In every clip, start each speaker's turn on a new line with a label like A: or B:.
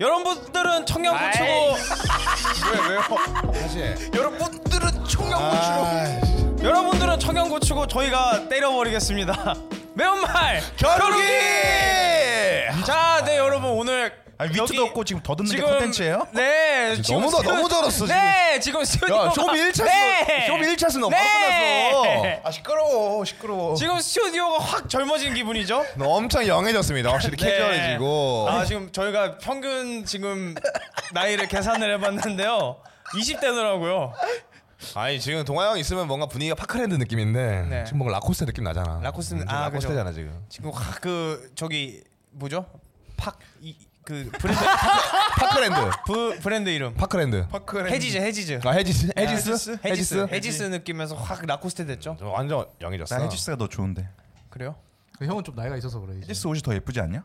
A: 여러분들은 청양고추로
B: 왜 왜요? 다시.
A: 여러분들은 청양고추
B: 아,
A: 여러분들은 청양고추고 저희가 때려버리겠습니다 매운말
B: 겨루기!
A: 자, 네 여러분 오늘
B: 아, 위트도
A: 여기
B: 없고 지금 더듬는 게 콘텐츠예요? 아,
A: 네, 지금
B: 너무 더-
A: 스튜-
B: 너무 절었어, 지금.
A: 네, 지금 스튜디오가 네.
B: 야, 쇼미 1차에서 쇼미 1차에서 너무 화가 났어. 아 시끄러워, 시끄러워.
A: 지금 스튜디오가 확 젊어진 기분이죠?
B: 엄청 영해졌습니다. 확실히
A: 네.
B: 캐주얼해지고.
A: 아 지금 저희가 평균 지금 나이를 계산을 해봤는데요 20대더라고요
B: 아니 지금 동아 형 있으면 뭔가 분위기가 파크랜드 느낌인데
A: 네.
B: 지금 뭔가 라코스테 느낌 나잖아.
A: 라코스-
B: 음, 좀
A: 아, 그죠.
B: 라코스테잖아 지금.
A: 지금 확 그 저기 뭐죠? 팍이그 브랜드
B: 파크랜드,
A: 브, 브랜드 이름
B: 파크랜드.
A: 파크랜드 해지즈 해지즈
B: 아 해지스, 해지스,
A: 해지스 해지스 느낌에서 확 라코스테 됐죠?
B: 저 완전 영해졌어.
C: 나 해지스가 더 좋은데.
A: 그래요?
D: 그 형은 좀 나이가 있어서 그래. 이제.
C: 해지스 옷이 더 예쁘지 않냐?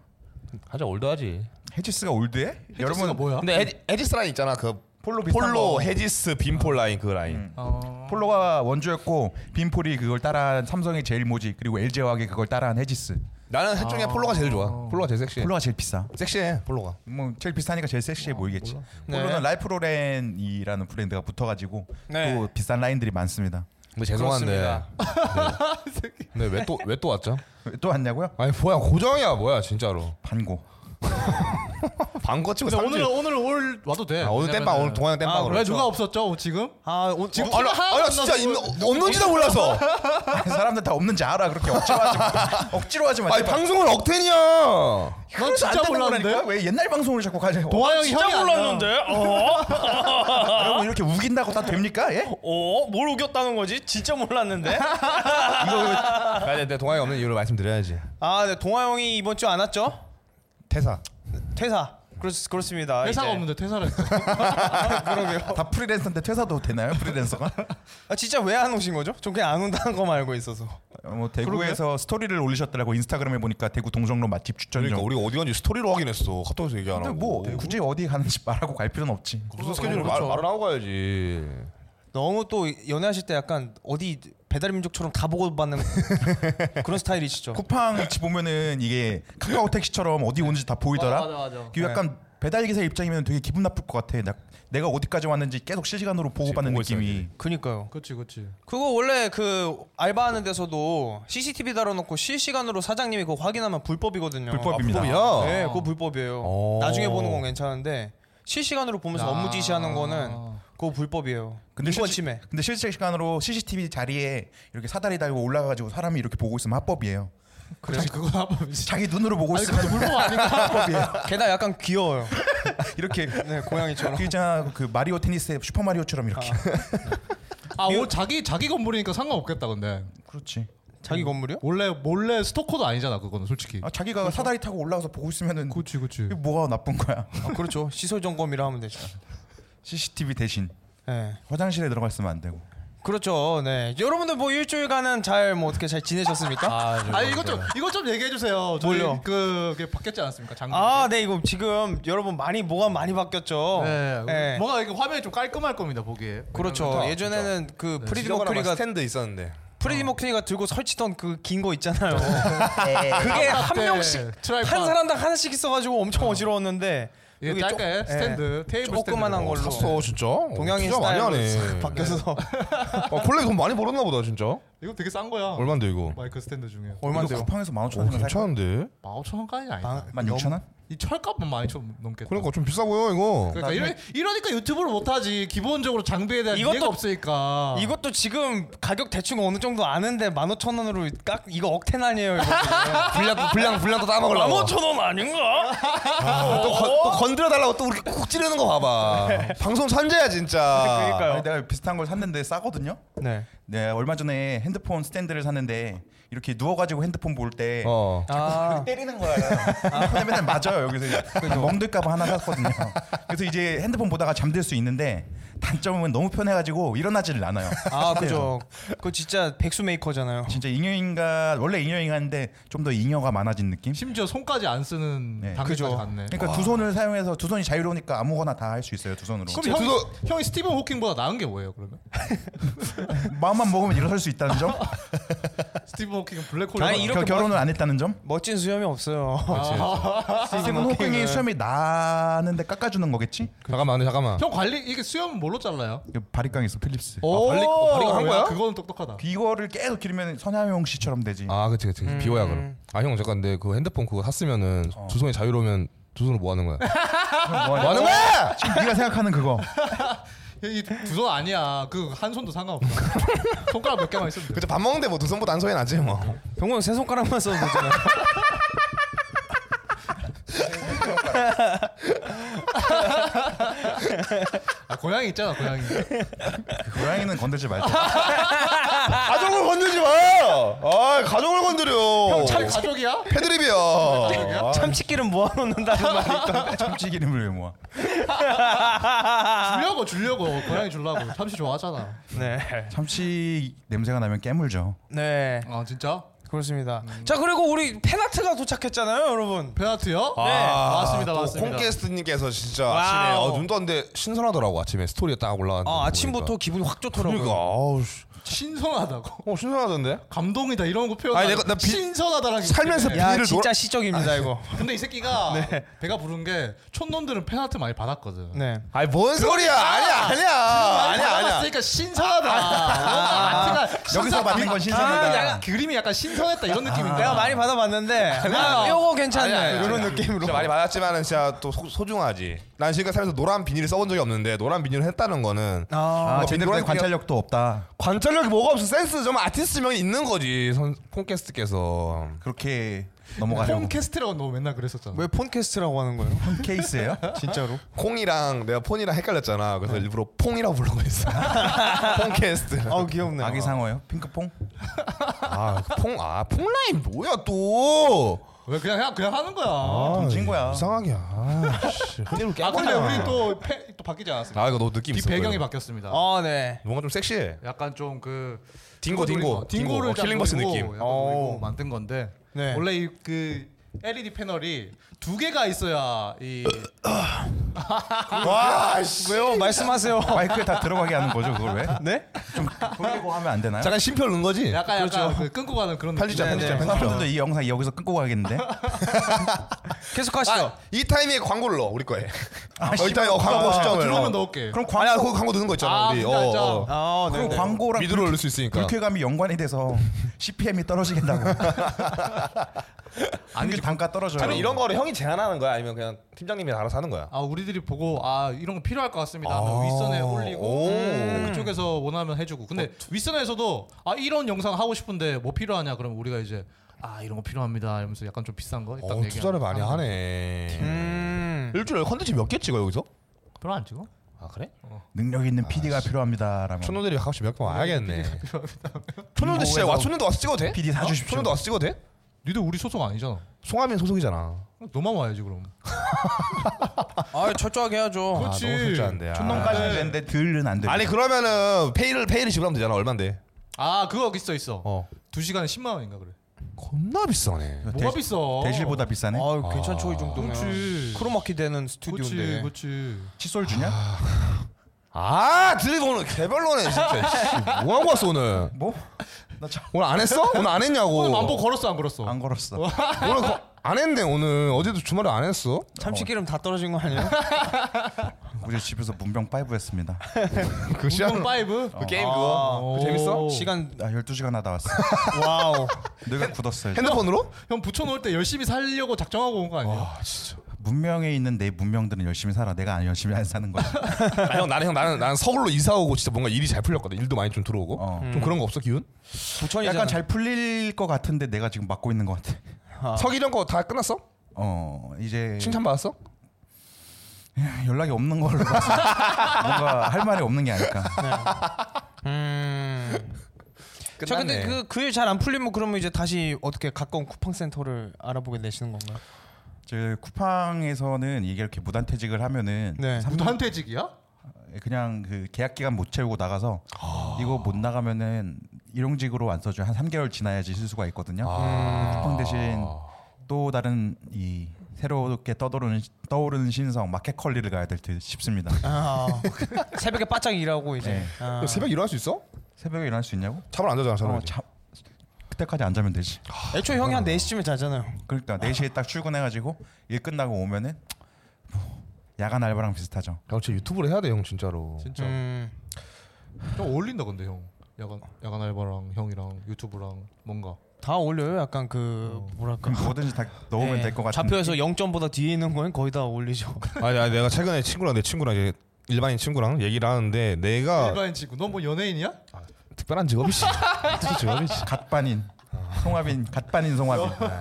E: 하자 올드하지.
C: 해지스가 올드해?
D: 여러분 뭐야?
B: 근데 해지, 해지스 라인 있잖아 그
C: 폴로 비슷한
B: 폴로
C: 거.
B: 해지스 빈폴 라인 그 라인.
D: 어...
C: 폴로가 원조였고 빈폴이 그걸 따라한 삼성의 제일 모직 그리고 LG 화학이 그걸 따라한 해지스.
E: 네.
B: 나는 셋 중에 폴로가 제일 좋아. 폴로가 제일 섹시해.
C: 폴로가 제일 비싸.
B: 섹시해 폴로가.
C: 뭐 제일 비싸니까 제일
E: 아,
C: 섹시해 보이겠지.
A: 몰라.
C: 폴로는
A: 네.
C: 라이프로렌이라는 브랜드가 붙어가지고
A: 네.
C: 또 비싼 라인들이 많습니다.
B: 근데 죄송한데. 네 왜 또 왜 또 왔죠?
C: 또 왔냐고요?
B: 아니 뭐야 고정이야 뭐야 진짜로.
C: 반고.
B: 방거 치고
D: 근데
B: 삼진.
D: 오늘 오늘 올 와도 돼.
B: 아, 오늘 땜빵 오늘 그렇죠. 동아 형 땜빵
D: 왜 누가 없었죠 지금?
A: 아 오,
D: 지금
A: 어,
B: 아니,
D: 하나도
B: 아니
D: 안
B: 진짜
D: 나왔어.
B: 있는, 없는지도 몰라서.
C: 사람들 다 없는지 알아. 그렇게 억지로 하지 마. 억지로 하지 마.
B: 아니
C: 제발.
B: 방송은 억텐이야.
D: 난 진짜
C: 안 되는 거라니까?
D: 몰랐는데.
C: 왜 옛날 방송을 자꾸 가지?
D: 동아 형이
A: 진짜
D: 형이 안 나.
A: 몰랐는데 어?
C: 여러분 이렇게 우긴다고 다 됩니까? 예?
A: 어? 뭘 우겼다는 거지? 진짜 몰랐는데
B: 아, 네, 네, 동아이 없는 이유를 말씀드려야지.
A: 아 네, 동아 형이 이번 주 안 왔죠?
B: 퇴사.
A: 퇴사 그렇,
B: 아,
A: 그렇습니다
D: 회사가
A: 이제.
D: 없는데 퇴사를. 했어.
C: 다 프리랜서인데 퇴사도 되나요? 프리랜서가?
A: 아 진짜 왜 안 오신 거죠? 전 그냥 안 온다는 것만 알고 있어서
C: 어, 뭐 대구에서 스토리를 올리셨더라고 인스타그램에 보니까 대구 동성로 맛집 추천
B: 그러니까
C: 좀.
B: 우리가 어디 간지 스토리로 확인했어. 카톡에서 얘기 안
C: 근데
B: 하고.
C: 뭐 굳이 어디 가는지 말하고 갈 필요는 없지.
D: 어,
B: 무슨 스케줄을
D: 그렇죠.
B: 말, 말을 하고 가야지.
A: 너무 또 연애하실 때 약간 어디 배달민족처럼 다 보고 받는 그런 스타일이시죠?
C: 쿠팡 위치 보면은 이게 카카오 택시처럼 어디 오는지 다 보이더라.
D: 맞아, 맞아, 맞아.
C: 그 약간 배달 기사 입장이면 되게 기분 나쁠 것 같아. 나, 내가 어디까지 왔는지 계속 실시간으로 보고받는
B: 보고
C: 느낌이.
A: 그니까요
D: 그렇지 그렇지.
A: 그거 원래 그 알바하는 데서도 CCTV 달아놓고 실시간으로 사장님이 그거 확인하면 불법이거든요
C: 불법입니다.
B: 야.
A: 네 그거 불법이에요
B: 어.
A: 나중에 보는 건 괜찮은데 실시간으로 보면서
D: 아.
A: 업무 지시하는 거는 그거 불법이에요 인권
C: 실시-
A: 침해
C: 근데 실시간으로 CCTV 자리에 이렇게 사다리 달고 올라가가지고 사람이 이렇게 보고 있으면 합법이에요.
D: 그래 그거 한번 이제.
C: 자기 눈으로 보고
D: 아니 그거
C: 있으면
D: 불법 아닌가?
C: 합법이에요.
A: 게다가 약간 귀여워요
C: 이렇게
A: 네 고양이처럼
C: 그자 그 마리오 테니스의 슈퍼 마리오처럼 이렇게.
D: 아오 자기 자기 건물이니까 상관없겠다 근데
C: 그렇지.
A: 자기 건물이요?
D: 원래 몰래 스토커도 아니잖아 그거는 솔직히.
C: 아, 자기가 사다리 타고 올라가서 보고 있으면은
D: 그렇지 그렇지.
C: 이게 뭐가 나쁜 거야?
A: 아, 그렇죠 시설 점검이라 하면 되죠
C: CCTV 대신
A: 네.
C: 화장실에 들어가 있으면 안 되고.
A: 그렇죠. 네. 여러분들 뭐 일주일간은 잘 뭐 어떻게 잘 지내셨습니까? 아,
D: 아니 이것 좀 이것 좀 얘기해 주세요. 저희
A: 뭘요?
D: 그 그게 바뀌었지 않았습니까 장르?
A: 네. 이거 지금 여러분 많이 뭐가 많이 바뀌었죠.
D: 네.
A: 네.
D: 뭔가 이렇게 화면이 좀 깔끔할 겁니다 보기에.
A: 그렇죠. 예전에는 그 프리디 머큐리가
B: 스탠드 있었는데.
A: 프리디 머큐리가 들고 설치던 그 긴 거 있잖아요. 그게 한
D: 네,
A: 명씩
D: 트라이팟.
A: 한 사람당 하나씩 있어가지고 엄청 어지러웠는데 예.
D: 이게 짧게 스탠드 테이블
A: 조그만한 걸로
B: 샀어 진짜.
A: 동양인
B: 투자 많이
A: 스타일로
B: 하네.
A: 싹 바뀌어서
B: 아, 콜렉 돈 많이 벌었나 보다 진짜.
D: 이거 되게 싼 거야.
B: 얼마인데 이거?
D: 마이크 스탠드 중에.
A: 얼마인데요?
C: 이거 쿠팡에서 15,000원
B: 어,
C: 살 거야.
B: 괜찮은데.
D: 15,000원까지
A: 아,
D: 아니다.
C: 16,000원?
D: 이 철값만 12,000원 넘겠다.
B: 그러니까 좀 비싸 보여 이거.
D: 그러니까 이러, 이러니까 유튜브를 못 하지. 기본적으로 장비에 대한
A: 이것도-
D: 이해가 없으니까.
A: 이것도 지금 가격 대충 어느 정도 아는데 15,000원으로 깍 이거 억텐 아니에요 이거
B: 그러니까 불량 불량 불량 또 따먹으려고.
A: 15,000원 아닌가?
B: 아, 또, 건- 또 건드려 달라고 또 이렇게 콕 찌르는 거 봐봐. 방송 산재야 진짜.
A: 그러니까요.
C: 아니, 내가 비슷한 걸 샀는데 싸거든요.
A: 네.
C: 네 얼마 전에 핸드폰 스탠드를 샀는데 이렇게 누워가지고 핸드폰 볼 때
B: 어.
A: 아,
C: 때리는 거야. 핸드폰에 맨날 맞아요 여기서 이제. 멍들까봐 하나 샀거든요. 그래서 이제 핸드폰 보다가 잠들 수 있는데 단점은 너무 편해가지고 일어나질 않아요.
A: 아 그죠. 그거 진짜 백수 메이커잖아요.
C: 진짜 잉여인가 원래 잉여인가인데 좀 더 잉여가 많아진 느낌?
D: 심지어 손까지 안 쓰는
C: 네.
D: 단계까지
A: 그죠.
D: 갔네.
C: 그러니까 두 손을 사용해서 두 손이 자유로우니까 아무거나 다 할 수 있어요 두 손으로.
D: 그럼 형,
B: 그래서-
D: 형이 스티븐 호킹보다 나은 게 뭐예요 그러면?
C: 마음 마음만 먹으면 일어설 수 있다는 점.
D: 스티브 호킹은 블랙홀.
A: 아니, 이렇게 뭐-
C: 겨- 결혼을 안 했다는 점.
A: 멋진 수염이 없어요.
D: 아,
A: 아,
C: 스티븐 호킹이 수염이 나는데 깎아주는 거겠지?
F: 잠깐만 근데 잠깐만.
D: 형 관리 이게 수염 뭘로 잘라요?
C: 이거 바리깡 있어 필립스.
A: 오,
D: 발리 발리가 한 거야?
A: 야,
D: 그거는 똑똑하다.
C: 이거를 계속 기르면 선양용 씨처럼 되지.
F: 아 그치 그치
B: 음.
F: 비워야 그럼. 아 형 잠깐 근데 그 핸드폰 그거 샀으면은
B: 어.
F: 두 손이 자유로우면 두 손으로 뭐 하는 거야?
A: 아,
C: 뭐 하는 거야? 지금 네가 생각하는 그거.
D: 이두 손 아니야. 그 한 손도 상관없어. 손가락 몇 개만 있으면 돼.
B: 그때 밥 먹는데 뭐 두 손보다 한 손이 나지 뭐.
A: 병원 세 손가락만 써도 되잖아.
D: 아, 고양이 있잖아 고양이.
C: 그 고양이는 건들지 말자.
B: 가족을 건드지 마. 아 가족을 건드려.
D: 잘 가족이야?
B: 패드립이야.
A: 아,
B: 아,
A: 참치기름 모아놓는다는 말이 있던데.
C: 참치 기름을 왜 모아?
A: 아.
D: 주려고 주려고 고양이 주려고. 참치 좋아하잖아.
A: 네,
C: 참치 냄새가 나면 깨물죠.
A: 네,
D: 아 진짜?
A: 그렇습니다. 자 그리고 우리 페나트가 도착했잖아요, 여러분.
D: 페나트요?
B: 아,
D: 맞습니다
B: 또
D: 맞습니다.
B: 콩게스트님께서 진짜
A: 와우.
B: 아침에 어, 눈도 안 돼.
F: 신선하더라고 아침에 스토리에 딱 올라왔는데.
A: 아 아침부터 기분이 확 좋더라고요.
B: 그러니까 아우 씨.
D: 신선하다고.
B: 어 신선하던데?
D: 감동이다 이런 거 표현.
B: 아니, 내가- 나 비-
D: 신선하다라기.
B: 살면서
D: 때문에.
B: 비-
A: 야
B: 비를
A: 진짜 시적입니다 이거.
D: 근데 이 새끼가 배가 부른 게 촌놈들은 페나트 많이 받았거든.
A: 네.
B: 아니 뭔 소리야? 아니야 아니야 아니야 아니야.
D: 받았으니까 신선하다. 뭔가 아트가
C: 여기서
D: 신선-
C: 받는 건
A: 아,
C: 신선하다.
A: 약간-
D: 그림이 약간 신선했다 이런 느낌인데.
A: 내가 많이 받아봤는데 아, 요거 괜찮네
B: 아니야, 아니야,
A: 이런
B: 아니야.
A: 느낌으로.
B: 진짜 많이 받았지만은 진짜 또 소, 소중하지. 난 지금까지 살면서 노란 비닐을 써본 적이 없는데 노란 비닐을 했다는 거는
A: 아,
C: 아,
B: 뭔가
C: 제대로 된
B: 비닐을
C: 관찰력도 없다.
B: 관찰력이 뭐가 없어 센스 좀 아티스트명이 있는 거지.
F: 선 콘캐스트께서
C: 그렇게 넘어가려고.
D: 홈캐스트라고 너 맨날 그랬었잖아.
A: 왜 폰캐스트라고 하는 거예요?
C: 네. 케이스예요?
A: 진짜로?
B: 콩이랑 내가 폰이랑 헷갈렸잖아. 그래서 일부러 퐁이라고 부른 거였어. 폰캐스트.
A: 아 귀엽네.
C: 아기 상어예요? 핑크퐁?
B: 아퐁아 퐁라인 뭐야 또?
D: 왜 그냥 그냥, 그냥 하는 거야.
B: 아, 예.
C: 던진 거야.
B: 이상하게. 아, 씨. 그대로
D: 아 근데
B: 깼구나.
D: 우리 또, 패, 또 바뀌지 않았습니다.
B: 아 이거 너 느낌
D: 뒷
B: 있어.
D: 배경이
B: 이거.
D: 바뀌었습니다.
A: 아 네.
B: 뭔가 좀 섹시해.
D: 약간 좀 그
B: 딩고, 딩고. 딩고.
D: 딩고를
B: 어, 킬링버스 느낌.
D: 어. 만든 건데
A: 네.
D: 원래 이 그 LED 패널이 두 개가 있어야 이
B: 와, 씨.
A: 왜요? 말씀하세요.
C: 마이크에 다 들어가게 하는 거죠 그걸 왜?
A: 네?
C: 좀 돌리고 하면 안 되나요?
B: 잠깐 심표 넣은 거지?
D: 약간 약간 그 끊고 가는 그런
B: 편집자,
D: 느낌.
B: 편집자,
A: 네,
B: 편집자.
C: 사람들도 이 영상 여기서 끊고 가겠는데?
A: 계속
D: 아,
A: 하시죠.
B: 이 타이밍에 광고를 넣어 우리 거에. 어, 이
C: 씨발,
B: 타이밍 어, 광고
C: 광고가
B: 시점을.
D: 들어오면
B: 어.
D: 넣을게.
C: 그럼 광고
B: 아니야, 그 광고 넣는 거 있잖아
D: 아,
B: 우리. 어,
D: 진짜, 진짜.
B: 어.
A: 아
C: 그럼
A: 네.
C: 광고랑
F: 미드로
C: 불쾌-
F: 올릴 수 있으니까.
C: 불쾌감이 연관이 돼서 CPM이 떨어지겠다고. 아니 단가 떨어져요.
B: 아니 이런 거를 형이 제안하는 거야? 아니면 그냥 팀장님이 알아서 하는 거야?
D: 아 우리들이 보고 아 이런 거 필요할 것 같습니다. 하면 윗선에 올리고
B: 아. 오. 어,
D: 음, 그쪽에서 원하면 해주고. 근데 윗선에서도 아 이런 영상 하고 싶은데 뭐 필요하냐? 그러면 우리가 이제 아 이런 거 필요합니다. 이러면서 약간 좀 비싼 거. 딱
B: 어,
D: 얘기하면
B: 투자를 많이
D: 하는 거.
B: 하네.
A: 음.
B: 일주일에 컨텐츠 몇 개 찍어 여기서?
D: 별로 안 찍어?
B: 아 그래?
C: 능력 있는 PD가 필요합니다라면
B: 촌놈들이 가끔씩 몇 개만 와야겠네. 촌놈들 진짜 와 촌놈도 와서 찍어도 돼?
C: PD 사주십시오.
B: 어? 촌놈도 와서 찍어도 돼?
D: 니들 우리 소속 아니잖아.
B: 송하민 소속이잖아.
D: 너만 와야지 그럼.
A: 아 철저하게 해야죠.
D: 그렇지.
B: 아, 너무 솔직한데. 아. 네.
C: 촌놈까지는 되는데 들은 안 돼.
B: 아니 그러면은 페이를 페이를 지불하면 되잖아. 얼마인데?
D: 아 그거 있어 있어.
B: 어.
D: 두 시간에 10만 원인가 그래.
B: 겁나 비싸네.
D: 뭐가 비싸?
C: 대실보다 비싸네.
A: 아 괜찮죠 이 정도면.
D: 그렇지.
A: 크로마키 되는
D: 그렇지
A: 스튜디오인데.
D: 그렇지.
C: 칫솔 주냐?
B: 아 드립 오늘 개별로네 진짜. 씨, 뭐 하고 왔어 오늘?
C: 뭐?
B: 오늘 안 했어? 오늘 안 했냐고.
D: 오늘 만보 걸었어 안 걸었어?
C: 안 걸었어.
B: 오늘 거- 안 했네 오늘. 어제도 주말에 안 했어.
A: 참치기름 다 떨어진 거 아니에요?
C: 우리 집에서 문병 파이브 했습니다.
B: 그 시간.
D: 운동 파이브? 아.
B: 그 게임 그거. 그거 재밌어?
D: 어. 오.
A: 아, 시간
C: 나 12시간 하다 왔어.
A: 와우.
C: 내가 굳었어요.
B: 핸드폰으로?
D: 형 붙여놓을 때 열심히 살려고 작정하고 온 거 아니야?
C: 문명에 있는 내 문명들은 열심히 살아. 내가 안 열심히 안 사는 거야.
F: 아, 형 나는 형 나는 나는 서울로 이사 오고 진짜 뭔가 일이 잘 풀렸거든. 일도 많이 좀 들어오고.
C: 어.
F: 좀 그런 거 없어 기운?
A: 음. 부천이잖아.
C: 약간 잘 풀릴 것 같은데 내가 지금 맡고 있는 것 같아.
B: 어.
F: 서기령 거 다 끝났어?
C: 어 이제
F: 칭찬 받았어?
C: 연락이 없는 걸로 봐서 뭔가 할 말이 없는 게 아닐까.
A: 음. 저 근데 그 그 일 잘 안 풀리면 그러면 이제 다시 어떻게 가까운 쿠팡 센터를 알아보게 되시는 건가요?
C: 저 쿠팡에서는 이게 이렇게 무단퇴직을 하면은
A: 네.
C: 삼-
D: 무단퇴직이야?
C: 그냥 그 계약 기간 못 채우고 나가서
A: 아.
C: 이거 못 나가면은 일용직으로 안 써줘 한 3개월 지나야지 쓸 수가 있거든요.
A: 아.
B: 아.
C: 쿠팡 대신 또 다른 이 새롭게 떠오르는 떠오르는 신성 마켓컬리를 가야 될 듯 싶습니다.
A: 아, 새벽에 바짝 일하고 이제.
C: 네.
A: 아.
B: 어, 새벽 일어날 수 있어?
C: 새벽에 일어날 수 있냐고?
G: 잠을 안 자잖아 저는.
C: 어, 자, 그때까지 안 자면 되지.
A: 애초에 형이 한 4시쯤에 자잖아요.
C: 그러니까 4시에 딱 출근해가지고 일 끝나고 오면은 뭐 야간 알바랑 비슷하죠.
B: 형 진짜 유튜브를 해야 돼 형 진짜로.
D: 진짜
A: 음.
D: 좀 어울린다 근데 형 야간 야간 알바랑 형이랑 유튜브랑 뭔가
A: 다 어울려요. 약간 그 뭐랄까.
C: 그럼 뭐든지 다 넣으면
A: 예,
C: 될 것 같은.
A: 좌표에서 0점보다 뒤에 있는 거는 거의 다 어울리죠.
B: 아니, 아니 내가 최근에 친구랑 내 친구랑 이제 일반인 친구랑 얘기를 하는데 내가
D: 일반인 친구 너 뭐 연예인이야?
B: 특별한 직업이지. 특별한 직업이지.
C: 갓반인 송하빈 갓반인 송하빈
A: 네.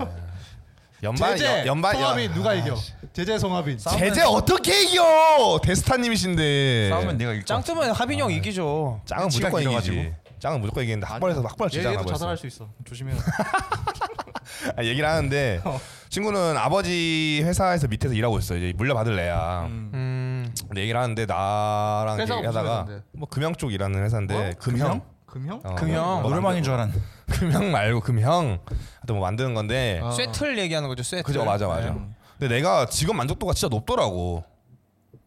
B: 연반
D: 제재
B: 연- 연반
D: 송하빈 누가
B: 아,
D: 이겨? 제재 송하빈
G: 제재 어떻게 이겨? 데스타님이신데.
C: 싸우면 내가 일거
A: 짱 뜨면 하빈이 형 이기죠.
B: 짱은
C: 치가
B: 무조건 이기지.
C: 길어가지고.
B: 짱은 무조건 이기는데 학벌에서 학벌 지잖아
D: 얘도
B: 벌써.
D: 자살할 수 있어 조심해
B: 아, 얘기를 하는데 친구는 아버지 회사에서 밑에서 일하고 있어. 이제 물려받을 애야.
A: 음.
B: 근데 얘기를 하는데 나랑
D: 회사가 무슨
B: 얘기하다가
D: 회사인데?
B: 뭐 금형 쪽 일하는 회사인데
D: 어?
B: 금형
D: 금형?
B: 어,
A: 그 금형?
B: 뭐
C: 노래방인 줄 알았는데
B: 금형 말고 금형 하여튼 뭐 만드는 건데
D: 아.
A: 쇠틀 얘기하는 거죠. 쇠틀.
B: 그죠 맞아 맞아
A: 네.
B: 근데 내가 직업 만족도가 진짜 높더라고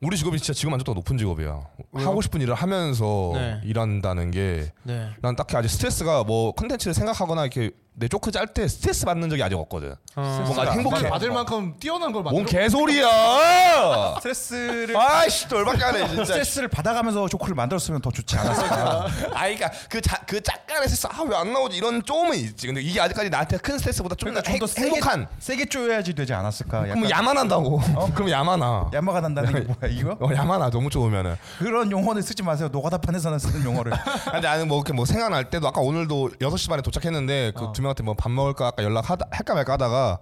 B: 우리 직업이 진짜 직업 만족도가 높은 직업이야 하고 싶은 일을 하면서
A: 네.
B: 일한다는 게 난
A: 네.
B: 딱히 아직 스트레스가 뭐 컨텐츠를 생각하거나 이렇게 내 조크 짤 때 스트레스 받는 적이 아직 없거든
A: 어.
B: 뭔가 행복해
D: 정말 받을 만큼 뛰어난 걸
B: 뭔
D: 만들어
B: 개소리야
C: 스트레스를
B: 아이씨 또 얼마나 까네 진짜
C: 스트레스를 받아가면서 조크를 만들었으면 더 좋지 않았을까
B: 아이 그니까 그그 짝간의 스트레스 아왜 안 나오지 이런 쪼음은 있지 근데 이게 아직까지 나한테 큰 스트레스보다 그러니까 좀 더 행복한
C: 그러니까 세게 쪼여야지 되지 않았을까 약간
B: 그럼 야만한다고 그럼 야만아
C: 야마가 난다는 게 뭐야 이거?
B: 어, 야만아 너무 좋으면은
C: 그런 용어를 쓰지 마세요 노가다판에서는 쓰는 용어를
B: 근데 나는 뭐 이렇게 뭐 생각날 때도 아까 오늘도 6시 반에 도착했는데 그 두 명한테 뭐 밥 먹을까 아까 연락 할까 말까 하다가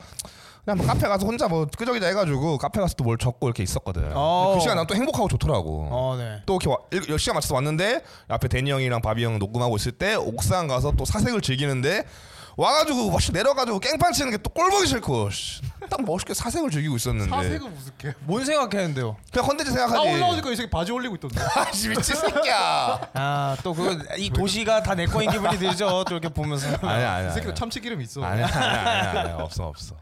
B: 그냥 뭐 카페 가서 혼자 뭐 끄적이다 해가지고 카페 가서 또 뭘 적고 이렇게 있었거든
A: 어.
B: 근데 그 시간 난 또 행복하고 좋더라고
A: 어, 네.
B: 또 이렇게 와, 일- 열 시간 맞춰서 왔는데 앞에 데니 형이랑 바비 형 녹음하고 있을 때 옥상 가서 또 사색을 즐기는데 와가지고 막 내려가지고 깽판 치는 게 또 꼴 보기 싫고 씨, 딱 멋있게 사색을 즐기고 있었는데
D: 사색을 무슨 개
A: 뭔 생각했는데요?
B: 그냥 컨텐츠
D: 아,
B: 생각하지
D: 올라오니까 이 새끼 바지 올리고 있던데
B: 아씨 미친 새끼야
A: 아, 또 그거 이 도시가 다 내 거인 기분이 들죠. 또 이렇게 보면서.
B: 아니야 아니야
D: 이 새끼도 참치 기름 있어
B: 아니야 아니야 아니야, 아니야 없어 없어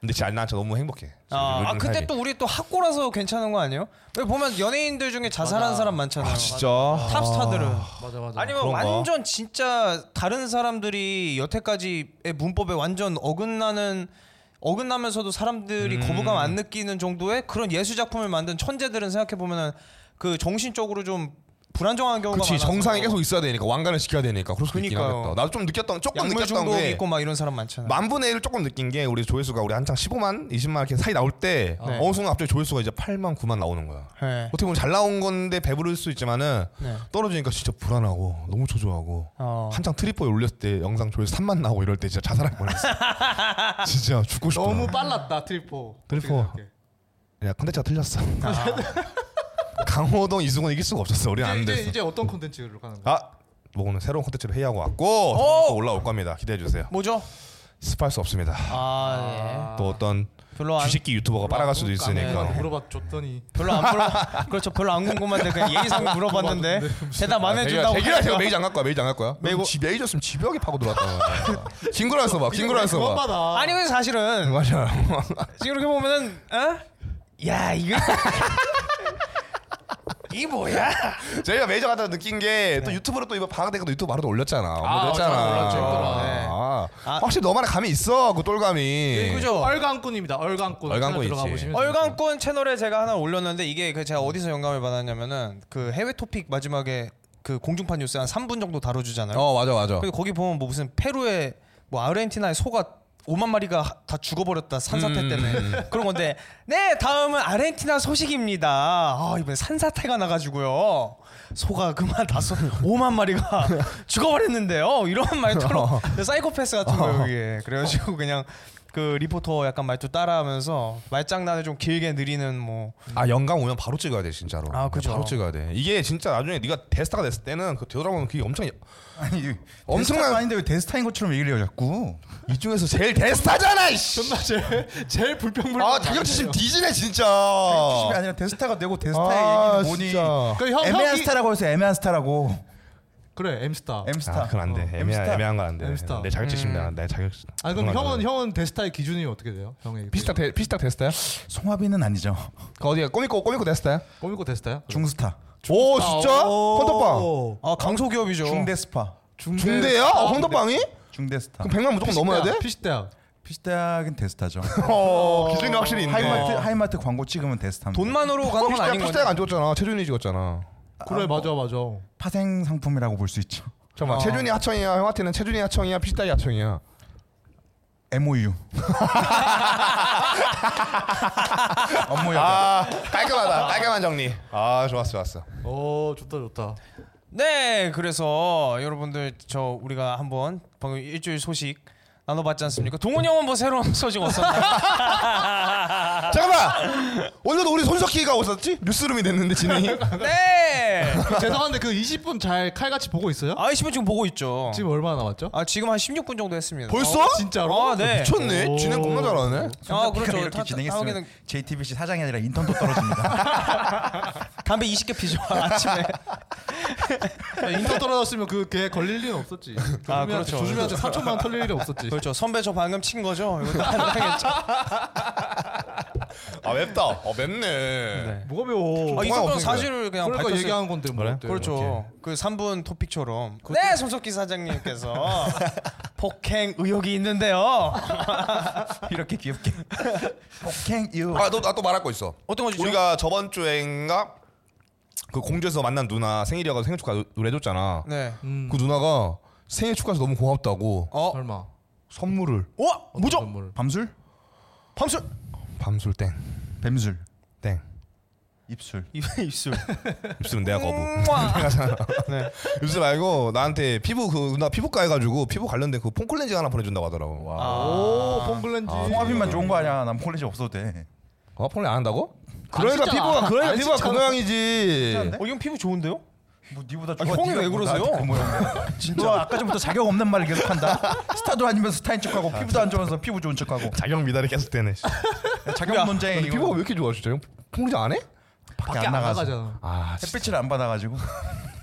B: 근데 진짜 난저 너무 행복해
A: 아, 아,
B: 요즘
A: 근데
B: 삶이.
A: 또 우리 또 학고라서 괜찮은 거 아니에요? 왜 보면 연예인들 중에 자살한 사람 많잖아요.
B: 진짜
A: 탑스타들은
D: 맞아 맞아
A: 아니면
B: 그런가?
A: 완전 진짜 다른 사람들이 여태까지의 문법에 완전 어긋나는 어긋나면서도 사람들이
B: 음.
A: 거부감 안 느끼는 정도의 그런 예술 작품을 만든 천재들은 생각해 보면은 그 정신적으로 좀 불안정한 경우가
B: 그렇지
A: 많아서
B: 정상에 계속 있어야 되니까 왕관을 지켜야 되니까 그럴 수도 있긴
A: 그러니까요.
B: 하겠다 나도 좀 느꼈던 조금
A: 약물
B: 느꼈던
A: 중독
B: 게
A: 있고 막 이런 사람 많잖아요.
B: 만 분의 1을 조금 느낀 게 우리 조회수가 우리 한창 15만, 20만 이렇게 사이 나올 때
A: 네.
B: 어느 순간 갑자기 조회수가 이제 8만, 9만 나오는 거야.
A: 네.
B: 어떻게 보면 잘 나온 건데 배부를 수 있지만은
A: 네.
B: 떨어지니까 진짜 불안하고 너무 초조하고
A: 어.
B: 한창 트리퍼에 올렸을 때 영상 조회수 3만 나오고 이럴 때 진짜 자살할 뻔했어. 진짜 죽고 싶다.
D: 너무 빨랐다 트리포
B: 트리포. 야 컨텐츠가 틀렸어. 강호동 이승훈 이길 수가 없었어. 우리는
D: 이제
B: 안
D: 이제,
B: 됐어.
D: 이제 어떤 콘텐츠로 가는 거야?
B: 아 모고는 새로운 컨텐츠를 회의하고 왔고 또 올라올 겁니다. 기대해 주세요.
A: 뭐죠?
B: 스파할 수 없습니다.
A: 아,
B: 또 어떤
A: 예. 별로 안
B: 주식기 유튜버가 빨아갈 수도 있으니까.
D: 뭐, 물어봐 줬더니
A: 별로 안 불러. 그렇죠. 별로 안 궁금한데 그냥 예의상 물어봤는데 아, 대답 안 해준다고.
B: 아, 대결할 때 메이저 안갈 거야 메이저 안갈 거야 메이저 지- 메이저였으면 집벽에 파고 들어왔다 김구라에서 봐 김구라에서 봐
D: 그만받아
A: 아니 근데 사실은
B: 맞아
A: 지금 이렇게 보면은 어? 야 이거 이 뭐야?
B: 저희가 메이저 갔다 느낀 게 또 유튜브로 또 이거 방학대가도 유튜브 바로 또 올렸잖아 올렸잖아
D: 맞아, 올렸죠,
B: 아,
D: 있더라.
A: 네. 아. 네,
B: 확실히 너만의 감이 있어 그 똘감이
A: 그죠?
D: 아, 얼간꾼입니다 얼간꾼
B: 얼간꾼
D: 들어가
B: 있지.
D: 보시면
A: 얼간꾼 채널에 제가 하나 올렸는데 이게 그 제가 어디서 영감을 받았냐면은 그 해외 토픽 마지막에 그 공중파 뉴스 한 3분 정도 다뤄주잖아요.
B: 어 맞아 맞아
A: 근데 거기 보면 뭐 무슨 페루에 뭐 아르헨티나에 소가 5만 마리가 하- 다 죽어버렸다 산사태
B: 음.
A: 때문에 그런 건데 네 다음은 아르헨티나 소식입니다. 아 이번에 산사태가 나가지고요 소가 그만 다소 5만 마리가 죽어버렸는데요 이런 말처럼 사이코패스 같은 거예요
B: 어.
A: 이게 그래가지고 그냥 그 리포터 약간 말투 따라하면서 말장난을 좀 길게 느리는 뭐
B: 아 영감 오면 바로 찍어야 돼 진짜로
A: 아, 그죠.
B: 바로 찍어야 돼 이게 진짜 나중에 네가 데스타가 됐을 때는 그 되돌아보면 그게 엄청
C: 아니
B: 엄청난-
C: 엄청난 아닌데 왜 데스타인 것처럼 얘기를 해요 자꾸
B: 이 중에서 제일 데스타잖아 이씨
D: 존나 제일 제일 불평불만
B: 아 자격지심 뒤지네 진짜 아,
C: 이 아니라 데스타가 되고 데스타의 얘기는 뭐니
D: 그 형,
C: 애매한
D: 형이-
C: 스타라고 해서 애매한 스타라고
D: 그래 엠스타
C: 엠스타
B: 아, 그건 안 돼.
C: 어,
B: 애매한
C: 엠스타.
B: 애매한 건 안 돼.
D: 엠스타.
B: 내 자격지심 나내 자격지.
D: 아니 그럼 형은 형은 데스타의 기준이 어떻게 돼요? 형의
B: 피스타 데, 피스타 데스타야?
C: 송하빈은 아니죠
B: 그 어디야? 꼬미꼬 꼬미꼬 데스타야?
D: 꼬미코 데스타야?
C: 중스타
B: 오 진짜? 헌터빵
A: 아 강소기업이죠.
C: 중대 스파
B: 중대야? 어, 헌터빵이?
C: 중대 스타
B: 그럼 100만 무조건 넘어야 돼?
D: 피시대학.
C: 피시대학은 대스타죠
B: 어 기준이 확실히 있네
C: 하이마트 하이마트 광고 찍으면 대스타입니다
A: 돈만으로 가는 건
B: 피시대학
A: 아닌
B: 피시대학
A: 건데.
B: 안 찍었잖아 최준이 찍었잖아 뭐.
D: 그래 맞아 맞아.
C: 파생 상품이라고 볼 수 있죠
B: 잠깐만 최준이 하청이야 형한테는 최준이 하청이야 피시대학 하청이야
C: MOU 업무 협약
B: 아 깔끔하다 깔끔한 정리 아 좋았어 좋았어
D: 어 좋다 좋다.
A: 네, 그래서 여러분들 저 우리가 한번 방금 일주일 소식 나눠봤지 않습니까? 동훈 형은 뭐 새로운 소식 없었나요?
B: 아. 잠깐만 오늘도 우리 손석희가 없었지? 뉴스룸이 됐는데 진행이
A: 네.
D: 죄송한데 그 20분 잘 칼같이 보고 있어요?
A: 아, 시분 지금 보고 있죠.
D: 지금 얼마나 남았죠?
A: 아 지금 한 16분 정도 했습니다.
B: 벌써?
D: 진짜로?
A: 아, 네.
B: 미쳤네
D: 오.
B: 진행 겁나 잘하네
A: 아, 그렇죠.
C: 이렇게
A: 다- 다-
C: 진행했으면
A: 다음에는-
C: JTBC 사장이 아니라 인턴도 떨어집니다
A: 담배 20개 피죠 아침에.
D: 야, 그러니까 인터 떨어졌으면 그걔 걸릴 일은 없었지.
A: 아,
D: 조준이한테-
A: 그렇죠.
D: 조준이한테 3천만 원 털릴 일은 없었지.
A: 그렇죠. 선배 저 방금 친 거죠? 이것도 안 당했죠.
B: 아 맵다 어 맵네
A: 네.
D: 뭐가 매워?
A: 아, 이
B: 동안
A: 정도는
B: 없으니까.
A: 사실을 그냥
D: 그러니까
A: 밝혔어요.
D: 얘기한 건데 뭐 어때요?
A: 그렇죠. 그 3분 토픽처럼. 네, 손석희 사장님께서 폭행 의혹이 있는데요.
C: 이렇게 귀엽게 폭행 유
B: 아너나또 말할 거 있어
A: 어떤 거죠?
B: 우리가 저번 주에인가 그 공주에서 만난 누나 생일이어서 생일 축하 노래 해줬잖아.
A: 네.
D: 음,
B: 그 누나가 생일 축하해서 너무 고맙다고
A: 어.
D: 설마.
B: 선물을
A: 어?
D: 어떤
A: 뭐죠?
D: 선물을.
C: 밤술
A: 밤술.
B: 밤술 땡.
C: 뱀술
B: 땡.
C: 입술
A: 입술.
B: 입술은 내가 거부.
A: 음. 우와. 네.
B: 입술 말고 나한테 피부 그 누나 피부과 해가지고 피부 관련된 그 폼클렌징 하나 보내준다고 하더라고.
C: 아.
D: 오 폼글렌지.
C: 홍합인만 좋은 거 아니야 난 폴리지 없어도 돼
B: 아 폼클렌 안 한다고? 그러니까
D: 진짜.
B: 피부가 그러니까
D: 안
B: 피부가 그
D: 진짜.
B: 모양이지.
A: 어, 이건 피부 좋은데요?
C: 뭐 니보다
A: 아, 형이
C: 니가
A: 왜
C: 뭐
A: 그러세요?
C: 나한테 그 모양이야. 진짜 너 아까 전부터 자격 없는 말을 계속한다 스타도 아니면서 스타인 척하고 피부도 안 좋아서 피부 좋은 척하고
B: 자격 미달이 계속 되네.
C: 자격 논쟁 이거
B: 피부가 왜 이렇게 좋아 진짜? 형 폼클렌징 안 해?
C: 밖에
D: 밖에
C: 안 나가서
D: 나가잖아.
B: 아
C: 햇빛을 안 받아가지고